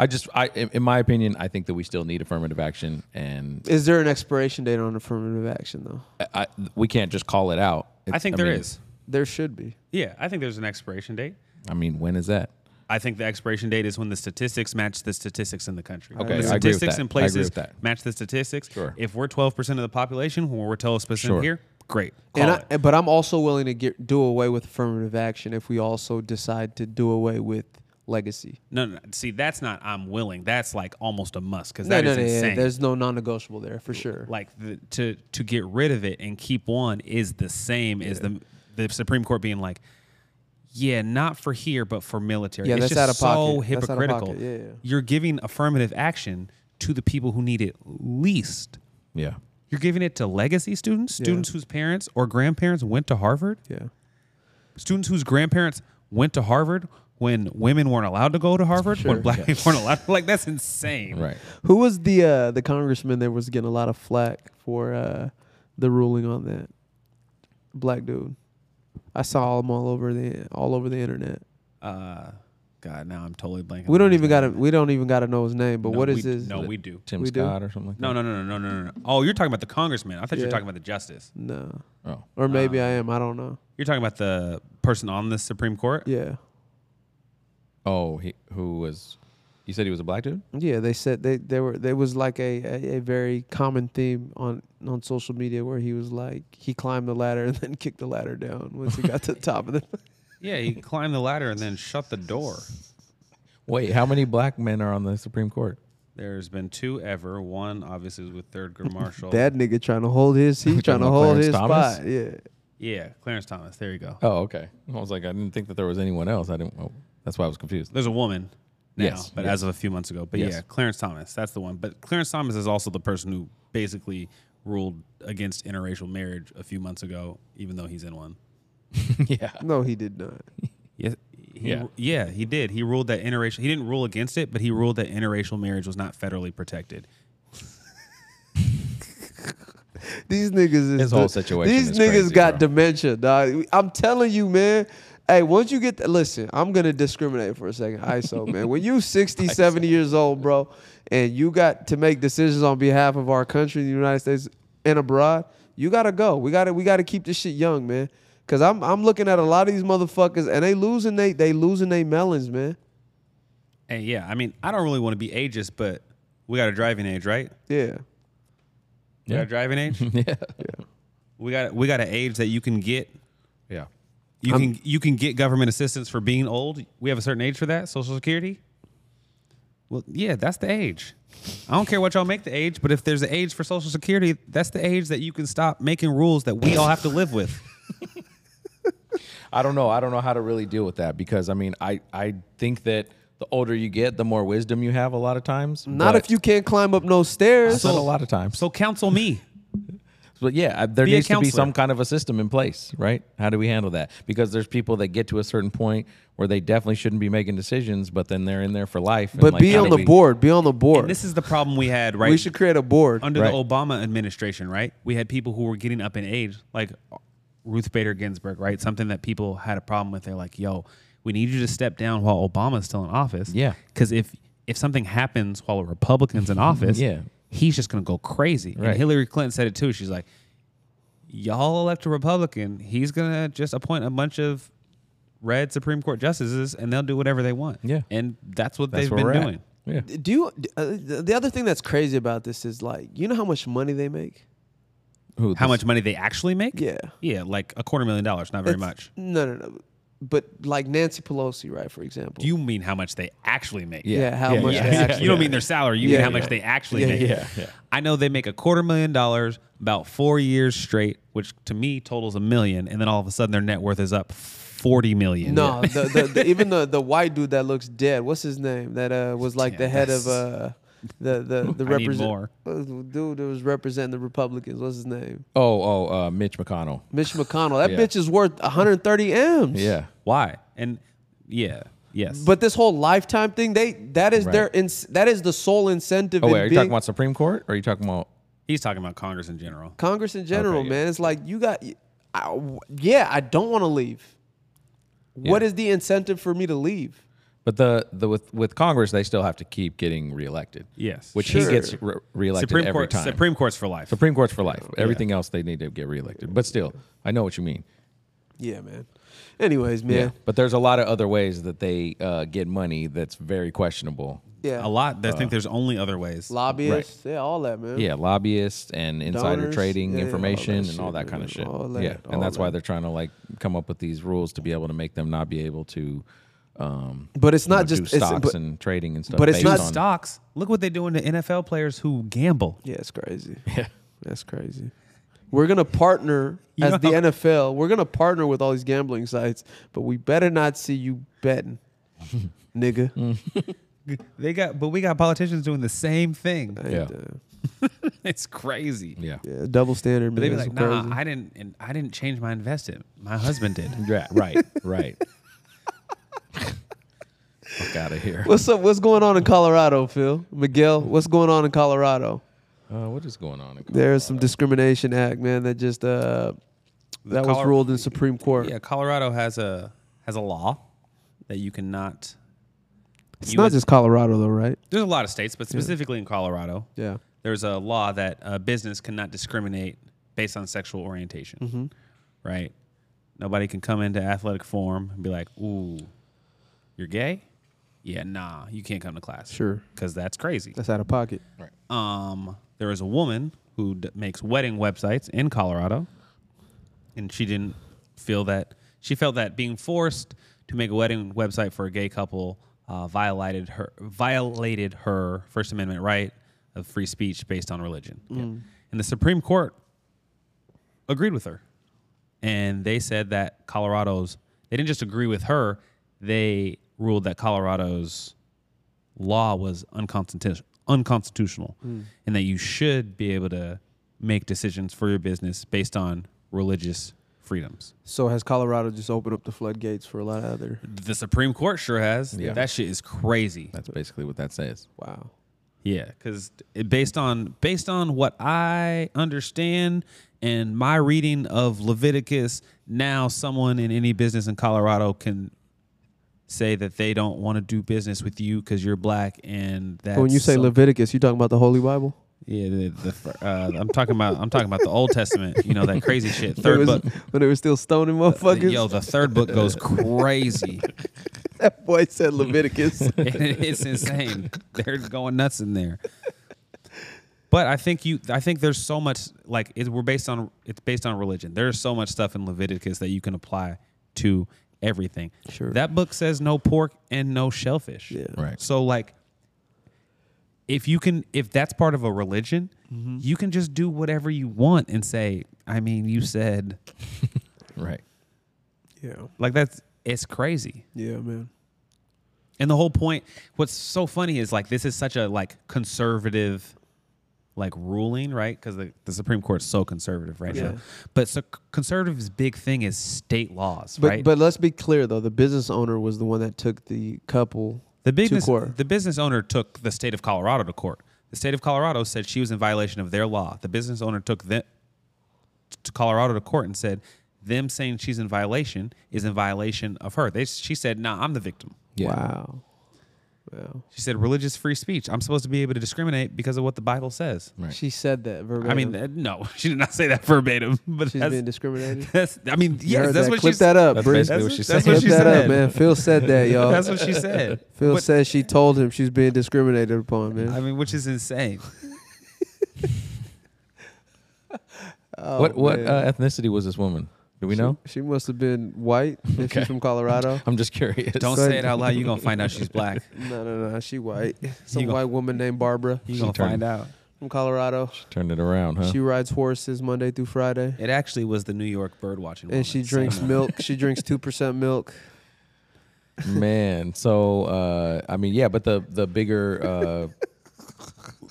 [SPEAKER 3] I just I in in my opinion I think that we still need affirmative action and
[SPEAKER 2] Is there an expiration date on affirmative action though?
[SPEAKER 3] I, we can't just call it out.
[SPEAKER 1] I
[SPEAKER 3] It's-
[SPEAKER 1] think there is.
[SPEAKER 3] mean-
[SPEAKER 2] There should be.
[SPEAKER 1] Yeah, I think there's an expiration date.
[SPEAKER 3] I mean, when is that?
[SPEAKER 1] I think the expiration date is when the statistics match the statistics in the country.
[SPEAKER 3] Okay,
[SPEAKER 1] When the
[SPEAKER 3] I agree with
[SPEAKER 1] statistics
[SPEAKER 3] that.
[SPEAKER 1] in
[SPEAKER 3] I agree
[SPEAKER 1] places
[SPEAKER 3] with that.
[SPEAKER 1] match the statistics.
[SPEAKER 3] Sure.
[SPEAKER 1] If we're 12% of the population, when we're 12%
[SPEAKER 3] Sure.
[SPEAKER 1] here, great. Call
[SPEAKER 2] And
[SPEAKER 1] it.
[SPEAKER 2] I, but I'm also willing to get do away with affirmative action if we also decide to do away with legacy.
[SPEAKER 1] No, no, no. See, that's not I'm willing. That's like almost a must because
[SPEAKER 2] No,
[SPEAKER 1] that
[SPEAKER 2] no,
[SPEAKER 1] is
[SPEAKER 2] no, yeah,
[SPEAKER 1] insane.
[SPEAKER 2] There's no non-negotiable there for sure.
[SPEAKER 1] like the, to to get rid of it and keep one is the same as the the Supreme Court being like, yeah, not for here, but for military.
[SPEAKER 2] Yeah,
[SPEAKER 1] it's
[SPEAKER 2] that's
[SPEAKER 1] just
[SPEAKER 2] out of
[SPEAKER 1] so
[SPEAKER 2] pocket. That's out of
[SPEAKER 1] hypocritical.
[SPEAKER 2] pocket. Yeah, yeah.
[SPEAKER 1] You're giving affirmative action to the people who need it least.
[SPEAKER 3] Yeah.
[SPEAKER 1] You're giving it to legacy students, students whose parents or grandparents went to Harvard,
[SPEAKER 2] yeah.
[SPEAKER 1] students whose grandparents went to Harvard when women weren't allowed to go to Harvard, when black people weren't allowed. Like that's insane.
[SPEAKER 3] Right.
[SPEAKER 2] Who was the uh, the congressman that was getting a lot of flack for uh, the ruling on that black dude? I saw him all over the all over the internet.
[SPEAKER 1] uh God, now I'm totally blanking.
[SPEAKER 2] We don't
[SPEAKER 1] on his
[SPEAKER 2] even
[SPEAKER 1] name.
[SPEAKER 2] got to we don't even got to know his name. But
[SPEAKER 1] No,
[SPEAKER 2] what
[SPEAKER 1] we-
[SPEAKER 2] is his?
[SPEAKER 1] No, we do.
[SPEAKER 3] Tim
[SPEAKER 2] We do?
[SPEAKER 3] Scott or something like
[SPEAKER 1] No, no, no, no, no, no, no. Oh, you're talking about the congressman. I thought you were
[SPEAKER 2] Yeah.
[SPEAKER 1] talking about the justice.
[SPEAKER 2] No.
[SPEAKER 3] that. Oh.
[SPEAKER 2] Or maybe
[SPEAKER 1] Uh,
[SPEAKER 2] I am. I don't know.
[SPEAKER 1] You're talking about the person on the Supreme Court.
[SPEAKER 2] Yeah.
[SPEAKER 3] Oh, he, who was you said he was a black dude?
[SPEAKER 2] Yeah, they said they they were there was like a, a, a very common theme on on social media where he was like he climbed the ladder and then kicked the ladder down once he got to the top of the
[SPEAKER 1] Yeah, he climbed the ladder and then shut the door.
[SPEAKER 3] Wait, how many black men are on the Supreme Court?
[SPEAKER 1] There's been two ever. One obviously was with Thurgood Marshall.
[SPEAKER 2] That nigga trying to hold his he's trying
[SPEAKER 3] talking
[SPEAKER 2] to
[SPEAKER 3] about
[SPEAKER 2] hold
[SPEAKER 3] Clarence
[SPEAKER 2] his
[SPEAKER 3] Thomas?
[SPEAKER 2] spot. Yeah.
[SPEAKER 1] yeah, Clarence Thomas. There you go.
[SPEAKER 3] Oh, okay. I was like I didn't think that there was anyone else. I didn't oh, that's why I was confused.
[SPEAKER 1] There's a woman now,
[SPEAKER 3] Yes,
[SPEAKER 1] but
[SPEAKER 3] yes.
[SPEAKER 1] as of a few months ago. But
[SPEAKER 3] Yes.
[SPEAKER 1] yeah, Clarence Thomas. That's the one. But Clarence Thomas is also the person who basically ruled against interracial marriage a few months ago, even though he's in one.
[SPEAKER 3] yeah.
[SPEAKER 2] No, he did not.
[SPEAKER 1] Yes. He,
[SPEAKER 3] Yeah.
[SPEAKER 1] yeah. Yeah, he did. He ruled that interracial. He didn't rule against it, but he ruled that interracial marriage was not federally protected.
[SPEAKER 2] These niggas is
[SPEAKER 3] This whole situation
[SPEAKER 2] These
[SPEAKER 3] is
[SPEAKER 2] niggas
[SPEAKER 3] crazy,
[SPEAKER 2] got
[SPEAKER 3] bro.
[SPEAKER 2] dementia, dog. I'm telling you, man. Hey, once you get that, listen, I'm gonna discriminate for a second. ISO, man. When you 60, 70 years old, bro, and you got to make decisions on behalf of our country, the United States, and abroad, you gotta go. We gotta we gotta keep this shit young, man. Cause I'm I'm looking at a lot of these motherfuckers and they losing they they losing they melons, man.
[SPEAKER 1] And yeah, I mean, I don't really want to be ageist, but we got a driving age, right?
[SPEAKER 2] Yeah.
[SPEAKER 1] We got a driving age.
[SPEAKER 3] Yeah.
[SPEAKER 1] we got we got an age that you can get.
[SPEAKER 3] Yeah.
[SPEAKER 1] You can you can get government assistance for being old. We have a certain age for that. Social Security. Well, yeah, that's the age. I don't care what y'all make the age, but if there's an age for Social Security, that's the age that you can stop making rules that we all have to live with.
[SPEAKER 3] I don't know. I don't know how to really deal with that because I mean, I I think that the older you get, the more wisdom you have. A lot of times,
[SPEAKER 2] Not
[SPEAKER 3] but-
[SPEAKER 2] if you can't climb up no stairs.
[SPEAKER 3] Not a lot of times.
[SPEAKER 1] So counsel me.
[SPEAKER 3] But yeah, I- there
[SPEAKER 1] Be a
[SPEAKER 3] needs to be
[SPEAKER 1] counselor.
[SPEAKER 3] some kind of a system in place, right? How do we handle that? Because there's people that get to a certain point where they definitely shouldn't be making decisions, but then they're in there for life. and,
[SPEAKER 2] but
[SPEAKER 3] like,
[SPEAKER 2] be
[SPEAKER 3] how
[SPEAKER 2] on
[SPEAKER 3] do
[SPEAKER 2] the
[SPEAKER 3] we-
[SPEAKER 2] board. Be on the board.
[SPEAKER 1] And this is the problem we had, right?
[SPEAKER 2] We should create a board.
[SPEAKER 1] under
[SPEAKER 3] Right.
[SPEAKER 1] the Obama administration, right? We had people who were getting up in age, like Ruth Bader Ginsburg, right? Something that people had a problem with. They're like, "Yo, we need you to step down while Obama's still in office."
[SPEAKER 3] Yeah.
[SPEAKER 1] because if if something happens while a Republican's in office,
[SPEAKER 3] Yeah.
[SPEAKER 1] he's just gonna go crazy.
[SPEAKER 3] Right.
[SPEAKER 1] And Hillary Clinton said it too. She's like, "Y'all elect a Republican, he's gonna just appoint a bunch of." Red Supreme Court justices, and they'll do whatever they want.
[SPEAKER 3] Yeah.
[SPEAKER 1] and that's what
[SPEAKER 3] That's
[SPEAKER 1] they've
[SPEAKER 3] where
[SPEAKER 1] been
[SPEAKER 3] we're at.
[SPEAKER 1] doing.
[SPEAKER 3] Yeah.
[SPEAKER 2] Do you? Uh, the other thing that's crazy about this is like, you know how much money they make?
[SPEAKER 3] Who,
[SPEAKER 1] How
[SPEAKER 3] this-
[SPEAKER 1] much money they actually make?
[SPEAKER 2] Yeah.
[SPEAKER 1] yeah, like a quarter million dollars. Not very
[SPEAKER 2] That's-
[SPEAKER 1] much.
[SPEAKER 2] No, no, no. But like Nancy Pelosi, right? For example.
[SPEAKER 1] Do you mean how much they actually make?
[SPEAKER 2] yeah, how
[SPEAKER 3] Yeah,
[SPEAKER 2] much?
[SPEAKER 3] yeah,
[SPEAKER 2] they
[SPEAKER 3] yeah.
[SPEAKER 2] actually-
[SPEAKER 1] you don't mean their salary. You
[SPEAKER 2] Yeah,
[SPEAKER 1] mean how
[SPEAKER 2] yeah.
[SPEAKER 1] much they actually
[SPEAKER 2] Yeah,
[SPEAKER 1] make.
[SPEAKER 2] yeah,
[SPEAKER 3] yeah.
[SPEAKER 1] I know they make a quarter million dollars about four years straight, which to me totals a million, and then all of a sudden their net worth is up forty million.
[SPEAKER 2] No, the, the, the, even the the white dude that looks dead. What's his name? That uh was like the
[SPEAKER 1] Damn,
[SPEAKER 2] head of
[SPEAKER 1] that's-
[SPEAKER 2] uh the the the
[SPEAKER 1] I need more.
[SPEAKER 2] represent uh, dude that was representing the Republicans. What's his name?
[SPEAKER 3] Oh, oh, uh, Mitch McConnell.
[SPEAKER 2] Mitch McConnell. That
[SPEAKER 3] Yeah.
[SPEAKER 2] bitch is worth 130 m's.
[SPEAKER 3] Yeah.
[SPEAKER 1] Why? And yeah, yes.
[SPEAKER 2] But this whole lifetime thing, they that is their
[SPEAKER 3] Right.
[SPEAKER 2] ins that is the sole incentive.
[SPEAKER 3] Oh,
[SPEAKER 2] in
[SPEAKER 3] wait, are you
[SPEAKER 2] being
[SPEAKER 3] talking about Supreme Court or are you talking about.
[SPEAKER 1] he's talking about Congress in general.
[SPEAKER 2] Congress in general,
[SPEAKER 3] yeah.
[SPEAKER 2] man? It's like you got, I, yeah, I don't want to leave. What is the incentive for me to leave?
[SPEAKER 3] But the, the with, with Congress, they still have to keep getting reelected.
[SPEAKER 1] Yes.
[SPEAKER 3] Which
[SPEAKER 2] Sure.
[SPEAKER 3] he gets re- reelected
[SPEAKER 1] Supreme
[SPEAKER 3] every
[SPEAKER 1] Court.
[SPEAKER 3] time.
[SPEAKER 1] Supreme Court's for life.
[SPEAKER 3] Supreme Court's for life. Everything else, they need to get reelected. But still, I know what you mean.
[SPEAKER 2] Yeah, man. Anyways,
[SPEAKER 3] Yeah.
[SPEAKER 2] man.
[SPEAKER 3] But there's a lot of other ways that they uh, get money that's very questionable.
[SPEAKER 2] Yeah,
[SPEAKER 1] A lot. I
[SPEAKER 3] Uh,
[SPEAKER 1] think there's only other ways.
[SPEAKER 2] lobbyists, yeah, all that, man.
[SPEAKER 3] Yeah, lobbyists and insider
[SPEAKER 2] Donors,
[SPEAKER 3] trading
[SPEAKER 2] yeah, yeah, all that
[SPEAKER 3] information and
[SPEAKER 2] shit,
[SPEAKER 3] all that kind
[SPEAKER 2] man,
[SPEAKER 3] of shit.
[SPEAKER 2] all that,
[SPEAKER 3] yeah,
[SPEAKER 2] all
[SPEAKER 3] and that's why
[SPEAKER 2] that.
[SPEAKER 3] they're trying to like come up with these rules to be able to make them not be able to. Um,
[SPEAKER 2] but it's
[SPEAKER 3] you know,
[SPEAKER 2] not just
[SPEAKER 3] do
[SPEAKER 2] it's,
[SPEAKER 3] stocks
[SPEAKER 2] but-
[SPEAKER 3] and trading and stuff.
[SPEAKER 2] but it's
[SPEAKER 3] based
[SPEAKER 2] not
[SPEAKER 3] on-
[SPEAKER 1] Stocks. Look what they do to NFL players who gamble.
[SPEAKER 2] Yeah, it's crazy. That's crazy. We're gonna partner
[SPEAKER 1] You
[SPEAKER 2] as
[SPEAKER 1] know
[SPEAKER 2] the
[SPEAKER 1] how-
[SPEAKER 2] NFL. We're gonna partner with all these gambling sites, but we better not see you betting, nigga.
[SPEAKER 3] Mm,
[SPEAKER 1] They got, but we got politicians doing the same thing.
[SPEAKER 2] And,
[SPEAKER 3] Yeah.
[SPEAKER 2] uh,
[SPEAKER 1] It's crazy.
[SPEAKER 3] Yeah.
[SPEAKER 2] yeah, uh, double standard,
[SPEAKER 1] But
[SPEAKER 2] man.
[SPEAKER 1] they'd be
[SPEAKER 2] It's
[SPEAKER 1] like, nah,
[SPEAKER 2] crazy.
[SPEAKER 1] I didn't, and I didn't change my investment. My husband did.
[SPEAKER 3] Yeah. Right. Right. Fuck out of here.
[SPEAKER 2] What's up? What's going on in Colorado, Phil? Miguel, what's going on in Colorado?
[SPEAKER 3] Uh, what is going on? in Col-
[SPEAKER 2] There's some discrimination act, man, that just uh that was
[SPEAKER 1] Color-
[SPEAKER 2] ruled in Supreme Court.
[SPEAKER 1] yeah, Colorado has a has a law that you cannot.
[SPEAKER 2] it's
[SPEAKER 1] you
[SPEAKER 2] not
[SPEAKER 1] as-
[SPEAKER 2] just Colorado though, right?
[SPEAKER 1] There's a lot of states, but specifically in Colorado,
[SPEAKER 2] Yeah.
[SPEAKER 1] there's a law that a business cannot discriminate based on sexual orientation. Right? Nobody can come into athletic form and be like, "Ooh, you're gay." Yeah, nah, you can't come to class.
[SPEAKER 2] Sure.
[SPEAKER 1] because that's crazy.
[SPEAKER 2] That's out of pocket.
[SPEAKER 1] um, there is a woman who d- makes wedding websites in Colorado, and she didn't feel that she felt that being forced to make a wedding website for a gay couple uh, violated her violated her First Amendment right of free speech based on religion, and the Supreme Court agreed with her, and they said that Colorado's they didn't just agree with her, they ruled that Colorado's law was unconstitutional, unconstitutional and that you should be able to make decisions for your business based on religious freedoms.
[SPEAKER 2] So has Colorado just opened up the floodgates for a lot of other
[SPEAKER 1] The Supreme Court sure has.
[SPEAKER 3] Yeah.
[SPEAKER 1] That shit is crazy.
[SPEAKER 3] That's basically what that says.
[SPEAKER 2] wow.
[SPEAKER 1] Yeah, cuz based on based on what I understand and my reading of Leviticus, now someone in any business in Colorado can say that they don't want to do business with you cuz you're black and that
[SPEAKER 2] But when you say Leviticus, you talking about the Holy Bible?
[SPEAKER 1] Yeah, the, the fir- uh, I'm talking about I'm talking about the Old Testament. You know that crazy shit. Third
[SPEAKER 2] when, it
[SPEAKER 1] book.
[SPEAKER 2] was, when they were still stoning motherfuckers.
[SPEAKER 1] Yo, the third book goes crazy.
[SPEAKER 2] that boy said Leviticus.
[SPEAKER 1] it's insane. They're going nuts in there. But I think you. I think there's so much like it, we're based on. It's based on religion. There's so much stuff in Leviticus that you can apply to everything.
[SPEAKER 2] Sure.
[SPEAKER 1] That book says no pork and no shellfish.
[SPEAKER 2] Yeah.
[SPEAKER 3] Right.
[SPEAKER 1] So like, if you can if that's part of a religion
[SPEAKER 2] Mm-hmm.
[SPEAKER 1] you can just do whatever you want and say i mean you said
[SPEAKER 3] Right.
[SPEAKER 2] Yeah.
[SPEAKER 1] like that's it's crazy
[SPEAKER 2] Yeah, man.
[SPEAKER 1] and the whole point what's so funny is like this is such a like conservative like ruling right because the, the supreme court's so conservative right
[SPEAKER 2] Yeah.
[SPEAKER 1] now but so conservative's big thing is state laws
[SPEAKER 2] But
[SPEAKER 1] right
[SPEAKER 2] but let's be clear though, the business owner was the one that took the couple
[SPEAKER 1] The business,
[SPEAKER 2] court.
[SPEAKER 1] the business owner took the state of Colorado to court. The state of Colorado said she was in violation of their law. The business owner took the, to Colorado to court and said, them saying she's in violation is in violation of her. They, she said, nah, I'm the victim.
[SPEAKER 3] Yeah.
[SPEAKER 2] Wow. Wow.
[SPEAKER 1] She said, religious free speech. I'm supposed to be able to discriminate because of what the Bible says.
[SPEAKER 3] Right.
[SPEAKER 2] She said that verbatim.
[SPEAKER 1] I mean, uh, no, she did not say that verbatim. But
[SPEAKER 2] she's
[SPEAKER 1] that's,
[SPEAKER 2] being discriminated.
[SPEAKER 1] that's, I mean,
[SPEAKER 2] You
[SPEAKER 1] yes,
[SPEAKER 2] heard
[SPEAKER 1] that's
[SPEAKER 2] that.
[SPEAKER 1] what
[SPEAKER 2] Clip
[SPEAKER 1] she
[SPEAKER 2] that up,
[SPEAKER 3] That's
[SPEAKER 2] Bree.
[SPEAKER 3] basically what she
[SPEAKER 1] That's
[SPEAKER 3] said.
[SPEAKER 1] what
[SPEAKER 2] Clip
[SPEAKER 1] she
[SPEAKER 2] that
[SPEAKER 1] said.
[SPEAKER 2] up, man. Phil said that, y'all.
[SPEAKER 1] That's what she said.
[SPEAKER 2] Phil
[SPEAKER 1] But-
[SPEAKER 2] says she told him she's being discriminated upon, man.
[SPEAKER 1] I mean, which is insane.
[SPEAKER 2] Oh,
[SPEAKER 3] what what
[SPEAKER 2] man.
[SPEAKER 3] uh, ethnicity was this woman? Do we know?
[SPEAKER 2] She, she must have been white if
[SPEAKER 3] Okay.
[SPEAKER 2] she's from Colorado.
[SPEAKER 3] I'm just curious.
[SPEAKER 1] Don't
[SPEAKER 2] So-
[SPEAKER 1] say it out loud. You're going to find out she's black.
[SPEAKER 2] no, no, no. She white.
[SPEAKER 1] You
[SPEAKER 2] Some
[SPEAKER 1] go-
[SPEAKER 2] white woman named Barbara
[SPEAKER 1] You're
[SPEAKER 3] She
[SPEAKER 1] going to
[SPEAKER 3] turned-
[SPEAKER 1] find out.
[SPEAKER 2] from Colorado.
[SPEAKER 3] Turn it around, huh?
[SPEAKER 2] She rides horses Monday through Friday.
[SPEAKER 1] It actually was the New York bird watching. woman,
[SPEAKER 2] And she
[SPEAKER 1] so-
[SPEAKER 2] drinks milk. She drinks two percent milk.
[SPEAKER 3] Man, so uh, I mean, yeah, but the the bigger uh,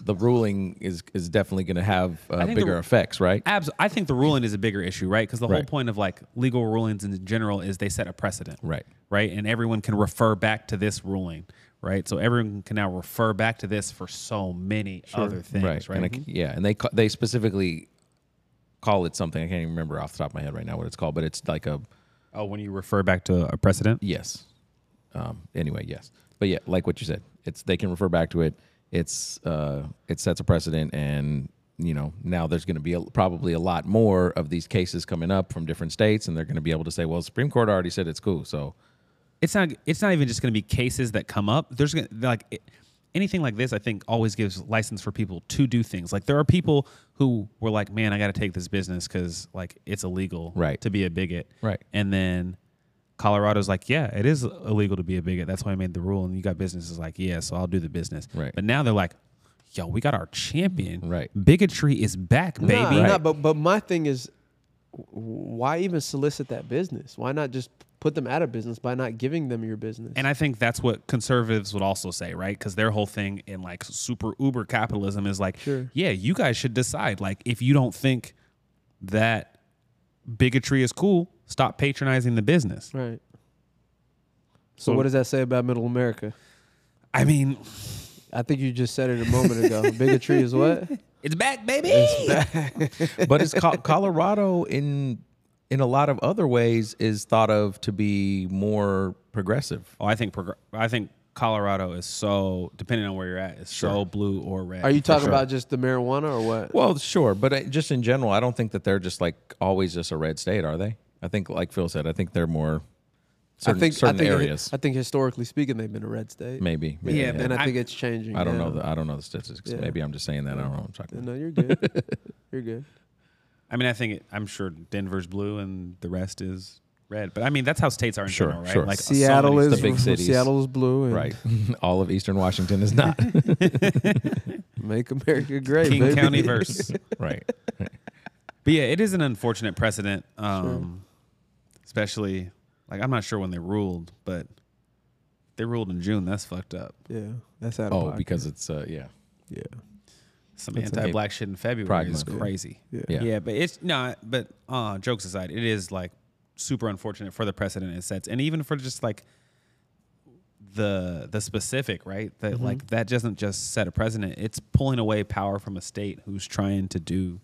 [SPEAKER 3] the ruling is is definitely going to have uh,
[SPEAKER 1] think the-
[SPEAKER 3] bigger effects, right?
[SPEAKER 1] Abs- I think the ruling is a bigger issue, right? Because the whole
[SPEAKER 3] Right.
[SPEAKER 1] point of like legal rulings in general is they set a precedent,
[SPEAKER 3] Right.
[SPEAKER 1] Right, and everyone can refer back to this ruling, right? So everyone can now refer back to this for so many other things, right?
[SPEAKER 3] And I c- yeah, and they ca- they specifically call it something. I can't even remember off the top of my head right now what it's called, but it's like a
[SPEAKER 1] oh, when you refer back to a precedent,
[SPEAKER 3] yes. Um, anyway, yes, but yeah, like what you said, it's they can refer back to it. It's uh, it sets a precedent, and you know now there's going to be a, probably a lot more of these cases coming up from different states, and they're going to be able to say, well, the Supreme Court already said it's cool, so.
[SPEAKER 1] it's not it's not even just going to be cases that come up. There's gonna, like it, anything like this. I think always gives license for people to do things. Like there are people who were like, "Man, I got to take this business because like it's illegal
[SPEAKER 3] Right.
[SPEAKER 1] to be a bigot."
[SPEAKER 3] Right.
[SPEAKER 1] And then Colorado's like, "Yeah, it is illegal to be a bigot. That's why I made the rule." And you got businesses like, "Yeah, so I'll do the business."
[SPEAKER 3] Right.
[SPEAKER 1] But now they're like, "Yo, we got our champion.
[SPEAKER 3] Right.
[SPEAKER 1] Bigotry is back, baby."
[SPEAKER 2] Nah, nah, but but my thing is, w- why even solicit that business? Why not just put them out of business by not giving them your business?
[SPEAKER 1] And I think that's what conservatives would also say, right? Because their whole thing in like super uber capitalism is like,
[SPEAKER 2] Sure.
[SPEAKER 1] yeah, you guys should decide. Like, if you don't think that bigotry is cool, stop patronizing the business.
[SPEAKER 2] right. So,
[SPEAKER 1] So-
[SPEAKER 2] what does that say about Middle America?
[SPEAKER 1] I mean,
[SPEAKER 2] I think you just said it a moment ago. Bigotry is what?
[SPEAKER 1] it's back, baby.
[SPEAKER 3] but it's co- Colorado in in a lot of other ways is thought of to be more progressive.
[SPEAKER 1] oh, I think progr- I think Colorado is so depending on where you're at, is so blue or red.
[SPEAKER 2] Are you talking about just the marijuana or what?
[SPEAKER 3] Well, sure, but I- just in general, I don't think that they're just like always just a red state, are they? I think, like Phil said, I think they're more certain,
[SPEAKER 2] I think
[SPEAKER 3] certain
[SPEAKER 2] I think
[SPEAKER 3] areas.
[SPEAKER 2] I think historically speaking, they've been a red state.
[SPEAKER 3] maybe, maybe,
[SPEAKER 1] Yeah,
[SPEAKER 3] yeah,
[SPEAKER 2] and I,
[SPEAKER 1] I-
[SPEAKER 2] think it's changing.
[SPEAKER 3] I don't know.
[SPEAKER 2] now.
[SPEAKER 3] The, I don't know the statistics.
[SPEAKER 2] Yeah.
[SPEAKER 3] Maybe I'm just saying that. I don't know. What I'm talking. About.
[SPEAKER 2] No, you're good. you're good.
[SPEAKER 1] I mean, I think it, I'm sure Denver's blue and the rest is red. But I mean, that's how states are in
[SPEAKER 3] Sure,
[SPEAKER 1] general, right?
[SPEAKER 3] sure.
[SPEAKER 1] so many
[SPEAKER 2] Seattle is
[SPEAKER 3] The big cities.
[SPEAKER 2] Seattle is blue. And
[SPEAKER 3] Right. All of Eastern Washington is not.
[SPEAKER 2] Make America great.
[SPEAKER 1] King
[SPEAKER 2] baby.
[SPEAKER 1] County verse.
[SPEAKER 3] right.
[SPEAKER 1] But yeah, it is an unfortunate precedent, um, especially like I'm not sure when they ruled, but they ruled in June. That's fucked up.
[SPEAKER 2] Yeah, that's out of
[SPEAKER 3] Oh,
[SPEAKER 2] pocket.
[SPEAKER 3] because it's uh, yeah.
[SPEAKER 2] yeah,
[SPEAKER 1] Some
[SPEAKER 3] That's okay.
[SPEAKER 1] anti-black shit in February
[SPEAKER 3] Pride
[SPEAKER 1] is
[SPEAKER 3] Month, yeah.
[SPEAKER 1] crazy.
[SPEAKER 2] yeah,
[SPEAKER 3] Yeah.
[SPEAKER 1] but it's not. But uh, jokes aside, it is like super unfortunate for the precedent it sets, and even for just like the the specific right that
[SPEAKER 3] Mm-hmm.
[SPEAKER 1] like that doesn't just set a precedent. It's pulling away power from a state who's trying to do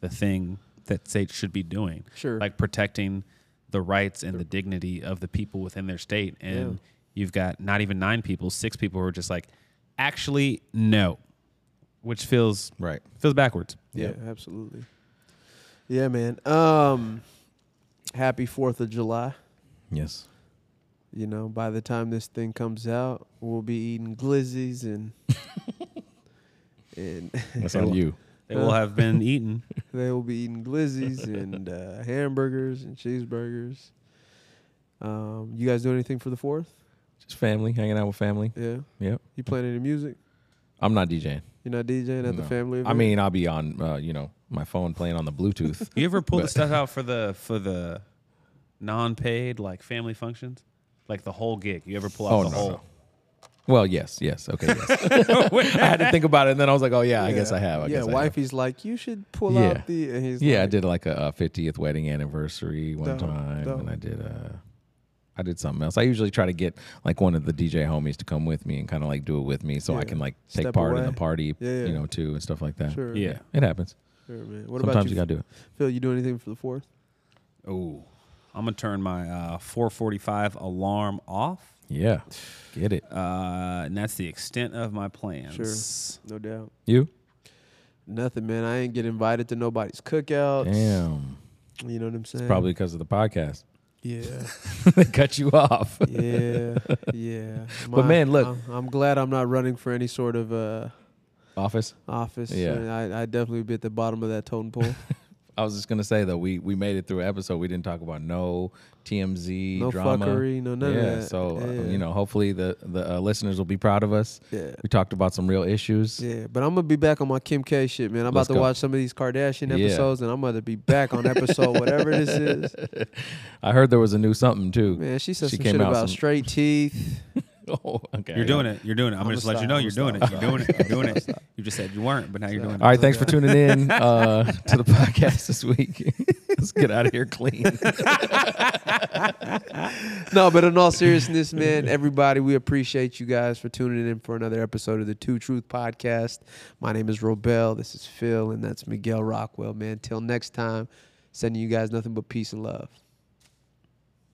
[SPEAKER 1] the thing that states should be doing.
[SPEAKER 2] Sure.
[SPEAKER 1] like protecting the rights and the dignity of the people within their state, and
[SPEAKER 2] Yeah.
[SPEAKER 1] you've got not even nine people, six people who are just like, actually no, which feels
[SPEAKER 3] Right.
[SPEAKER 1] feels backwards.
[SPEAKER 2] yeah,
[SPEAKER 3] Yeah.
[SPEAKER 2] absolutely. Yeah, man. Um, happy Fourth of July.
[SPEAKER 3] Yes.
[SPEAKER 2] You know, by the time this thing comes out, we'll be eating glizzies and and
[SPEAKER 3] That's on you.
[SPEAKER 1] They will have been eaten.
[SPEAKER 2] They will be eating glizzies and uh, hamburgers and cheeseburgers. Um, you guys do anything for the Fourth?
[SPEAKER 3] Just family, hanging out with family.
[SPEAKER 2] Yeah.
[SPEAKER 3] Yep.
[SPEAKER 2] You playing any music?
[SPEAKER 3] I'm not DJing.
[SPEAKER 2] You're not DJing at the
[SPEAKER 3] No.
[SPEAKER 2] family.
[SPEAKER 3] I
[SPEAKER 2] event?
[SPEAKER 3] mean, I'll be on, uh, you know, my phone playing on the Bluetooth.
[SPEAKER 1] You ever pull the
[SPEAKER 3] But-
[SPEAKER 1] stuff out for the for the non-paid like family functions, like the whole gig? You ever pull out
[SPEAKER 3] Oh,
[SPEAKER 1] the
[SPEAKER 3] no,
[SPEAKER 1] whole?
[SPEAKER 3] no. Well, yes, yes, okay, yes. I had to think about it, and then I was like, oh yeah, I guess I have. I
[SPEAKER 2] yeah,
[SPEAKER 3] guess I have.
[SPEAKER 2] wifey's like, you should pull
[SPEAKER 3] Yeah.
[SPEAKER 2] out the. And he's
[SPEAKER 3] Yeah, I
[SPEAKER 2] like,
[SPEAKER 3] did like a uh, 50th wedding anniversary one
[SPEAKER 2] Dope,
[SPEAKER 3] time,
[SPEAKER 2] dope.
[SPEAKER 3] and I did uh, I did something else. I usually try to get like one of the DJ homies to come with me and kind of like do it with me, so I
[SPEAKER 2] Yeah.
[SPEAKER 3] can like take
[SPEAKER 2] Step
[SPEAKER 3] part in the
[SPEAKER 2] away.
[SPEAKER 3] party,
[SPEAKER 2] Yeah, yeah.
[SPEAKER 3] you know, too, and stuff like that.
[SPEAKER 2] Sure.
[SPEAKER 1] Yeah.
[SPEAKER 3] it happens.
[SPEAKER 2] Sure, man. What
[SPEAKER 3] Sometimes
[SPEAKER 2] about
[SPEAKER 3] you
[SPEAKER 2] you,
[SPEAKER 3] gotta do it.
[SPEAKER 2] Phil? You do anything for the fourth?
[SPEAKER 1] Oh, I'm gonna turn my uh, 4:45 alarm off,
[SPEAKER 3] Yeah, get it.
[SPEAKER 1] uh, and that's the extent of my plans.
[SPEAKER 2] No doubt.
[SPEAKER 3] You?
[SPEAKER 2] Nothing, man. I ain't get invited to nobody's cookouts.
[SPEAKER 3] Damn.
[SPEAKER 2] You know what I'm saying?
[SPEAKER 3] Probably because of the podcast,
[SPEAKER 2] Yeah.
[SPEAKER 3] they cut you off.
[SPEAKER 2] Yeah. yeah.
[SPEAKER 3] But
[SPEAKER 2] My-
[SPEAKER 3] man, look-
[SPEAKER 2] I'm, I'm glad I'm not running for any sort of uh,
[SPEAKER 3] Office.
[SPEAKER 2] office.
[SPEAKER 3] Yeah.
[SPEAKER 2] Yeah. I, I definitely would be at the bottom of that totem pole.
[SPEAKER 3] I was just gonna say though, we we made it through an episode. We didn't talk about no TMZ
[SPEAKER 2] no
[SPEAKER 3] drama.
[SPEAKER 2] fuckery. No none
[SPEAKER 3] yeah,
[SPEAKER 2] of that.
[SPEAKER 3] so uh,
[SPEAKER 2] Yeah.
[SPEAKER 3] you know, hopefully the the uh, listeners will be proud of us.
[SPEAKER 2] Yeah.
[SPEAKER 3] We talked about some real issues.
[SPEAKER 2] Yeah, but I'm gonna be back on my Kim K shit, man. I'm about
[SPEAKER 3] Let's
[SPEAKER 2] to
[SPEAKER 3] go.
[SPEAKER 2] watch some of these Kardashian
[SPEAKER 3] Yeah.
[SPEAKER 2] episodes, and I'm about to be back on episode whatever this is.
[SPEAKER 3] I heard there was a new something too.
[SPEAKER 2] Man, she said
[SPEAKER 3] She
[SPEAKER 2] some
[SPEAKER 3] came
[SPEAKER 2] shit
[SPEAKER 3] out
[SPEAKER 2] about
[SPEAKER 3] some-
[SPEAKER 2] straight teeth.
[SPEAKER 3] oh, okay.
[SPEAKER 1] You're doing it. You're doing it. I'm,
[SPEAKER 2] I'ma
[SPEAKER 1] gonna just let
[SPEAKER 2] stop.
[SPEAKER 1] you know
[SPEAKER 2] I'ma
[SPEAKER 1] you're doing it.
[SPEAKER 2] stop.
[SPEAKER 1] You're doing it. You're doing it. You just said you weren't, but now you're doing
[SPEAKER 3] All
[SPEAKER 1] it.
[SPEAKER 3] right, thanks for tuning in uh, to the podcast this week. Let's get out of here clean.
[SPEAKER 2] No, but in all seriousness, man, everybody, we appreciate you guys for tuning in for another episode of the Two Truth Podcast. My name is Robel. This is Phil, and that's Miguel Rockwell, man. Till next time, sending you guys nothing but peace and love.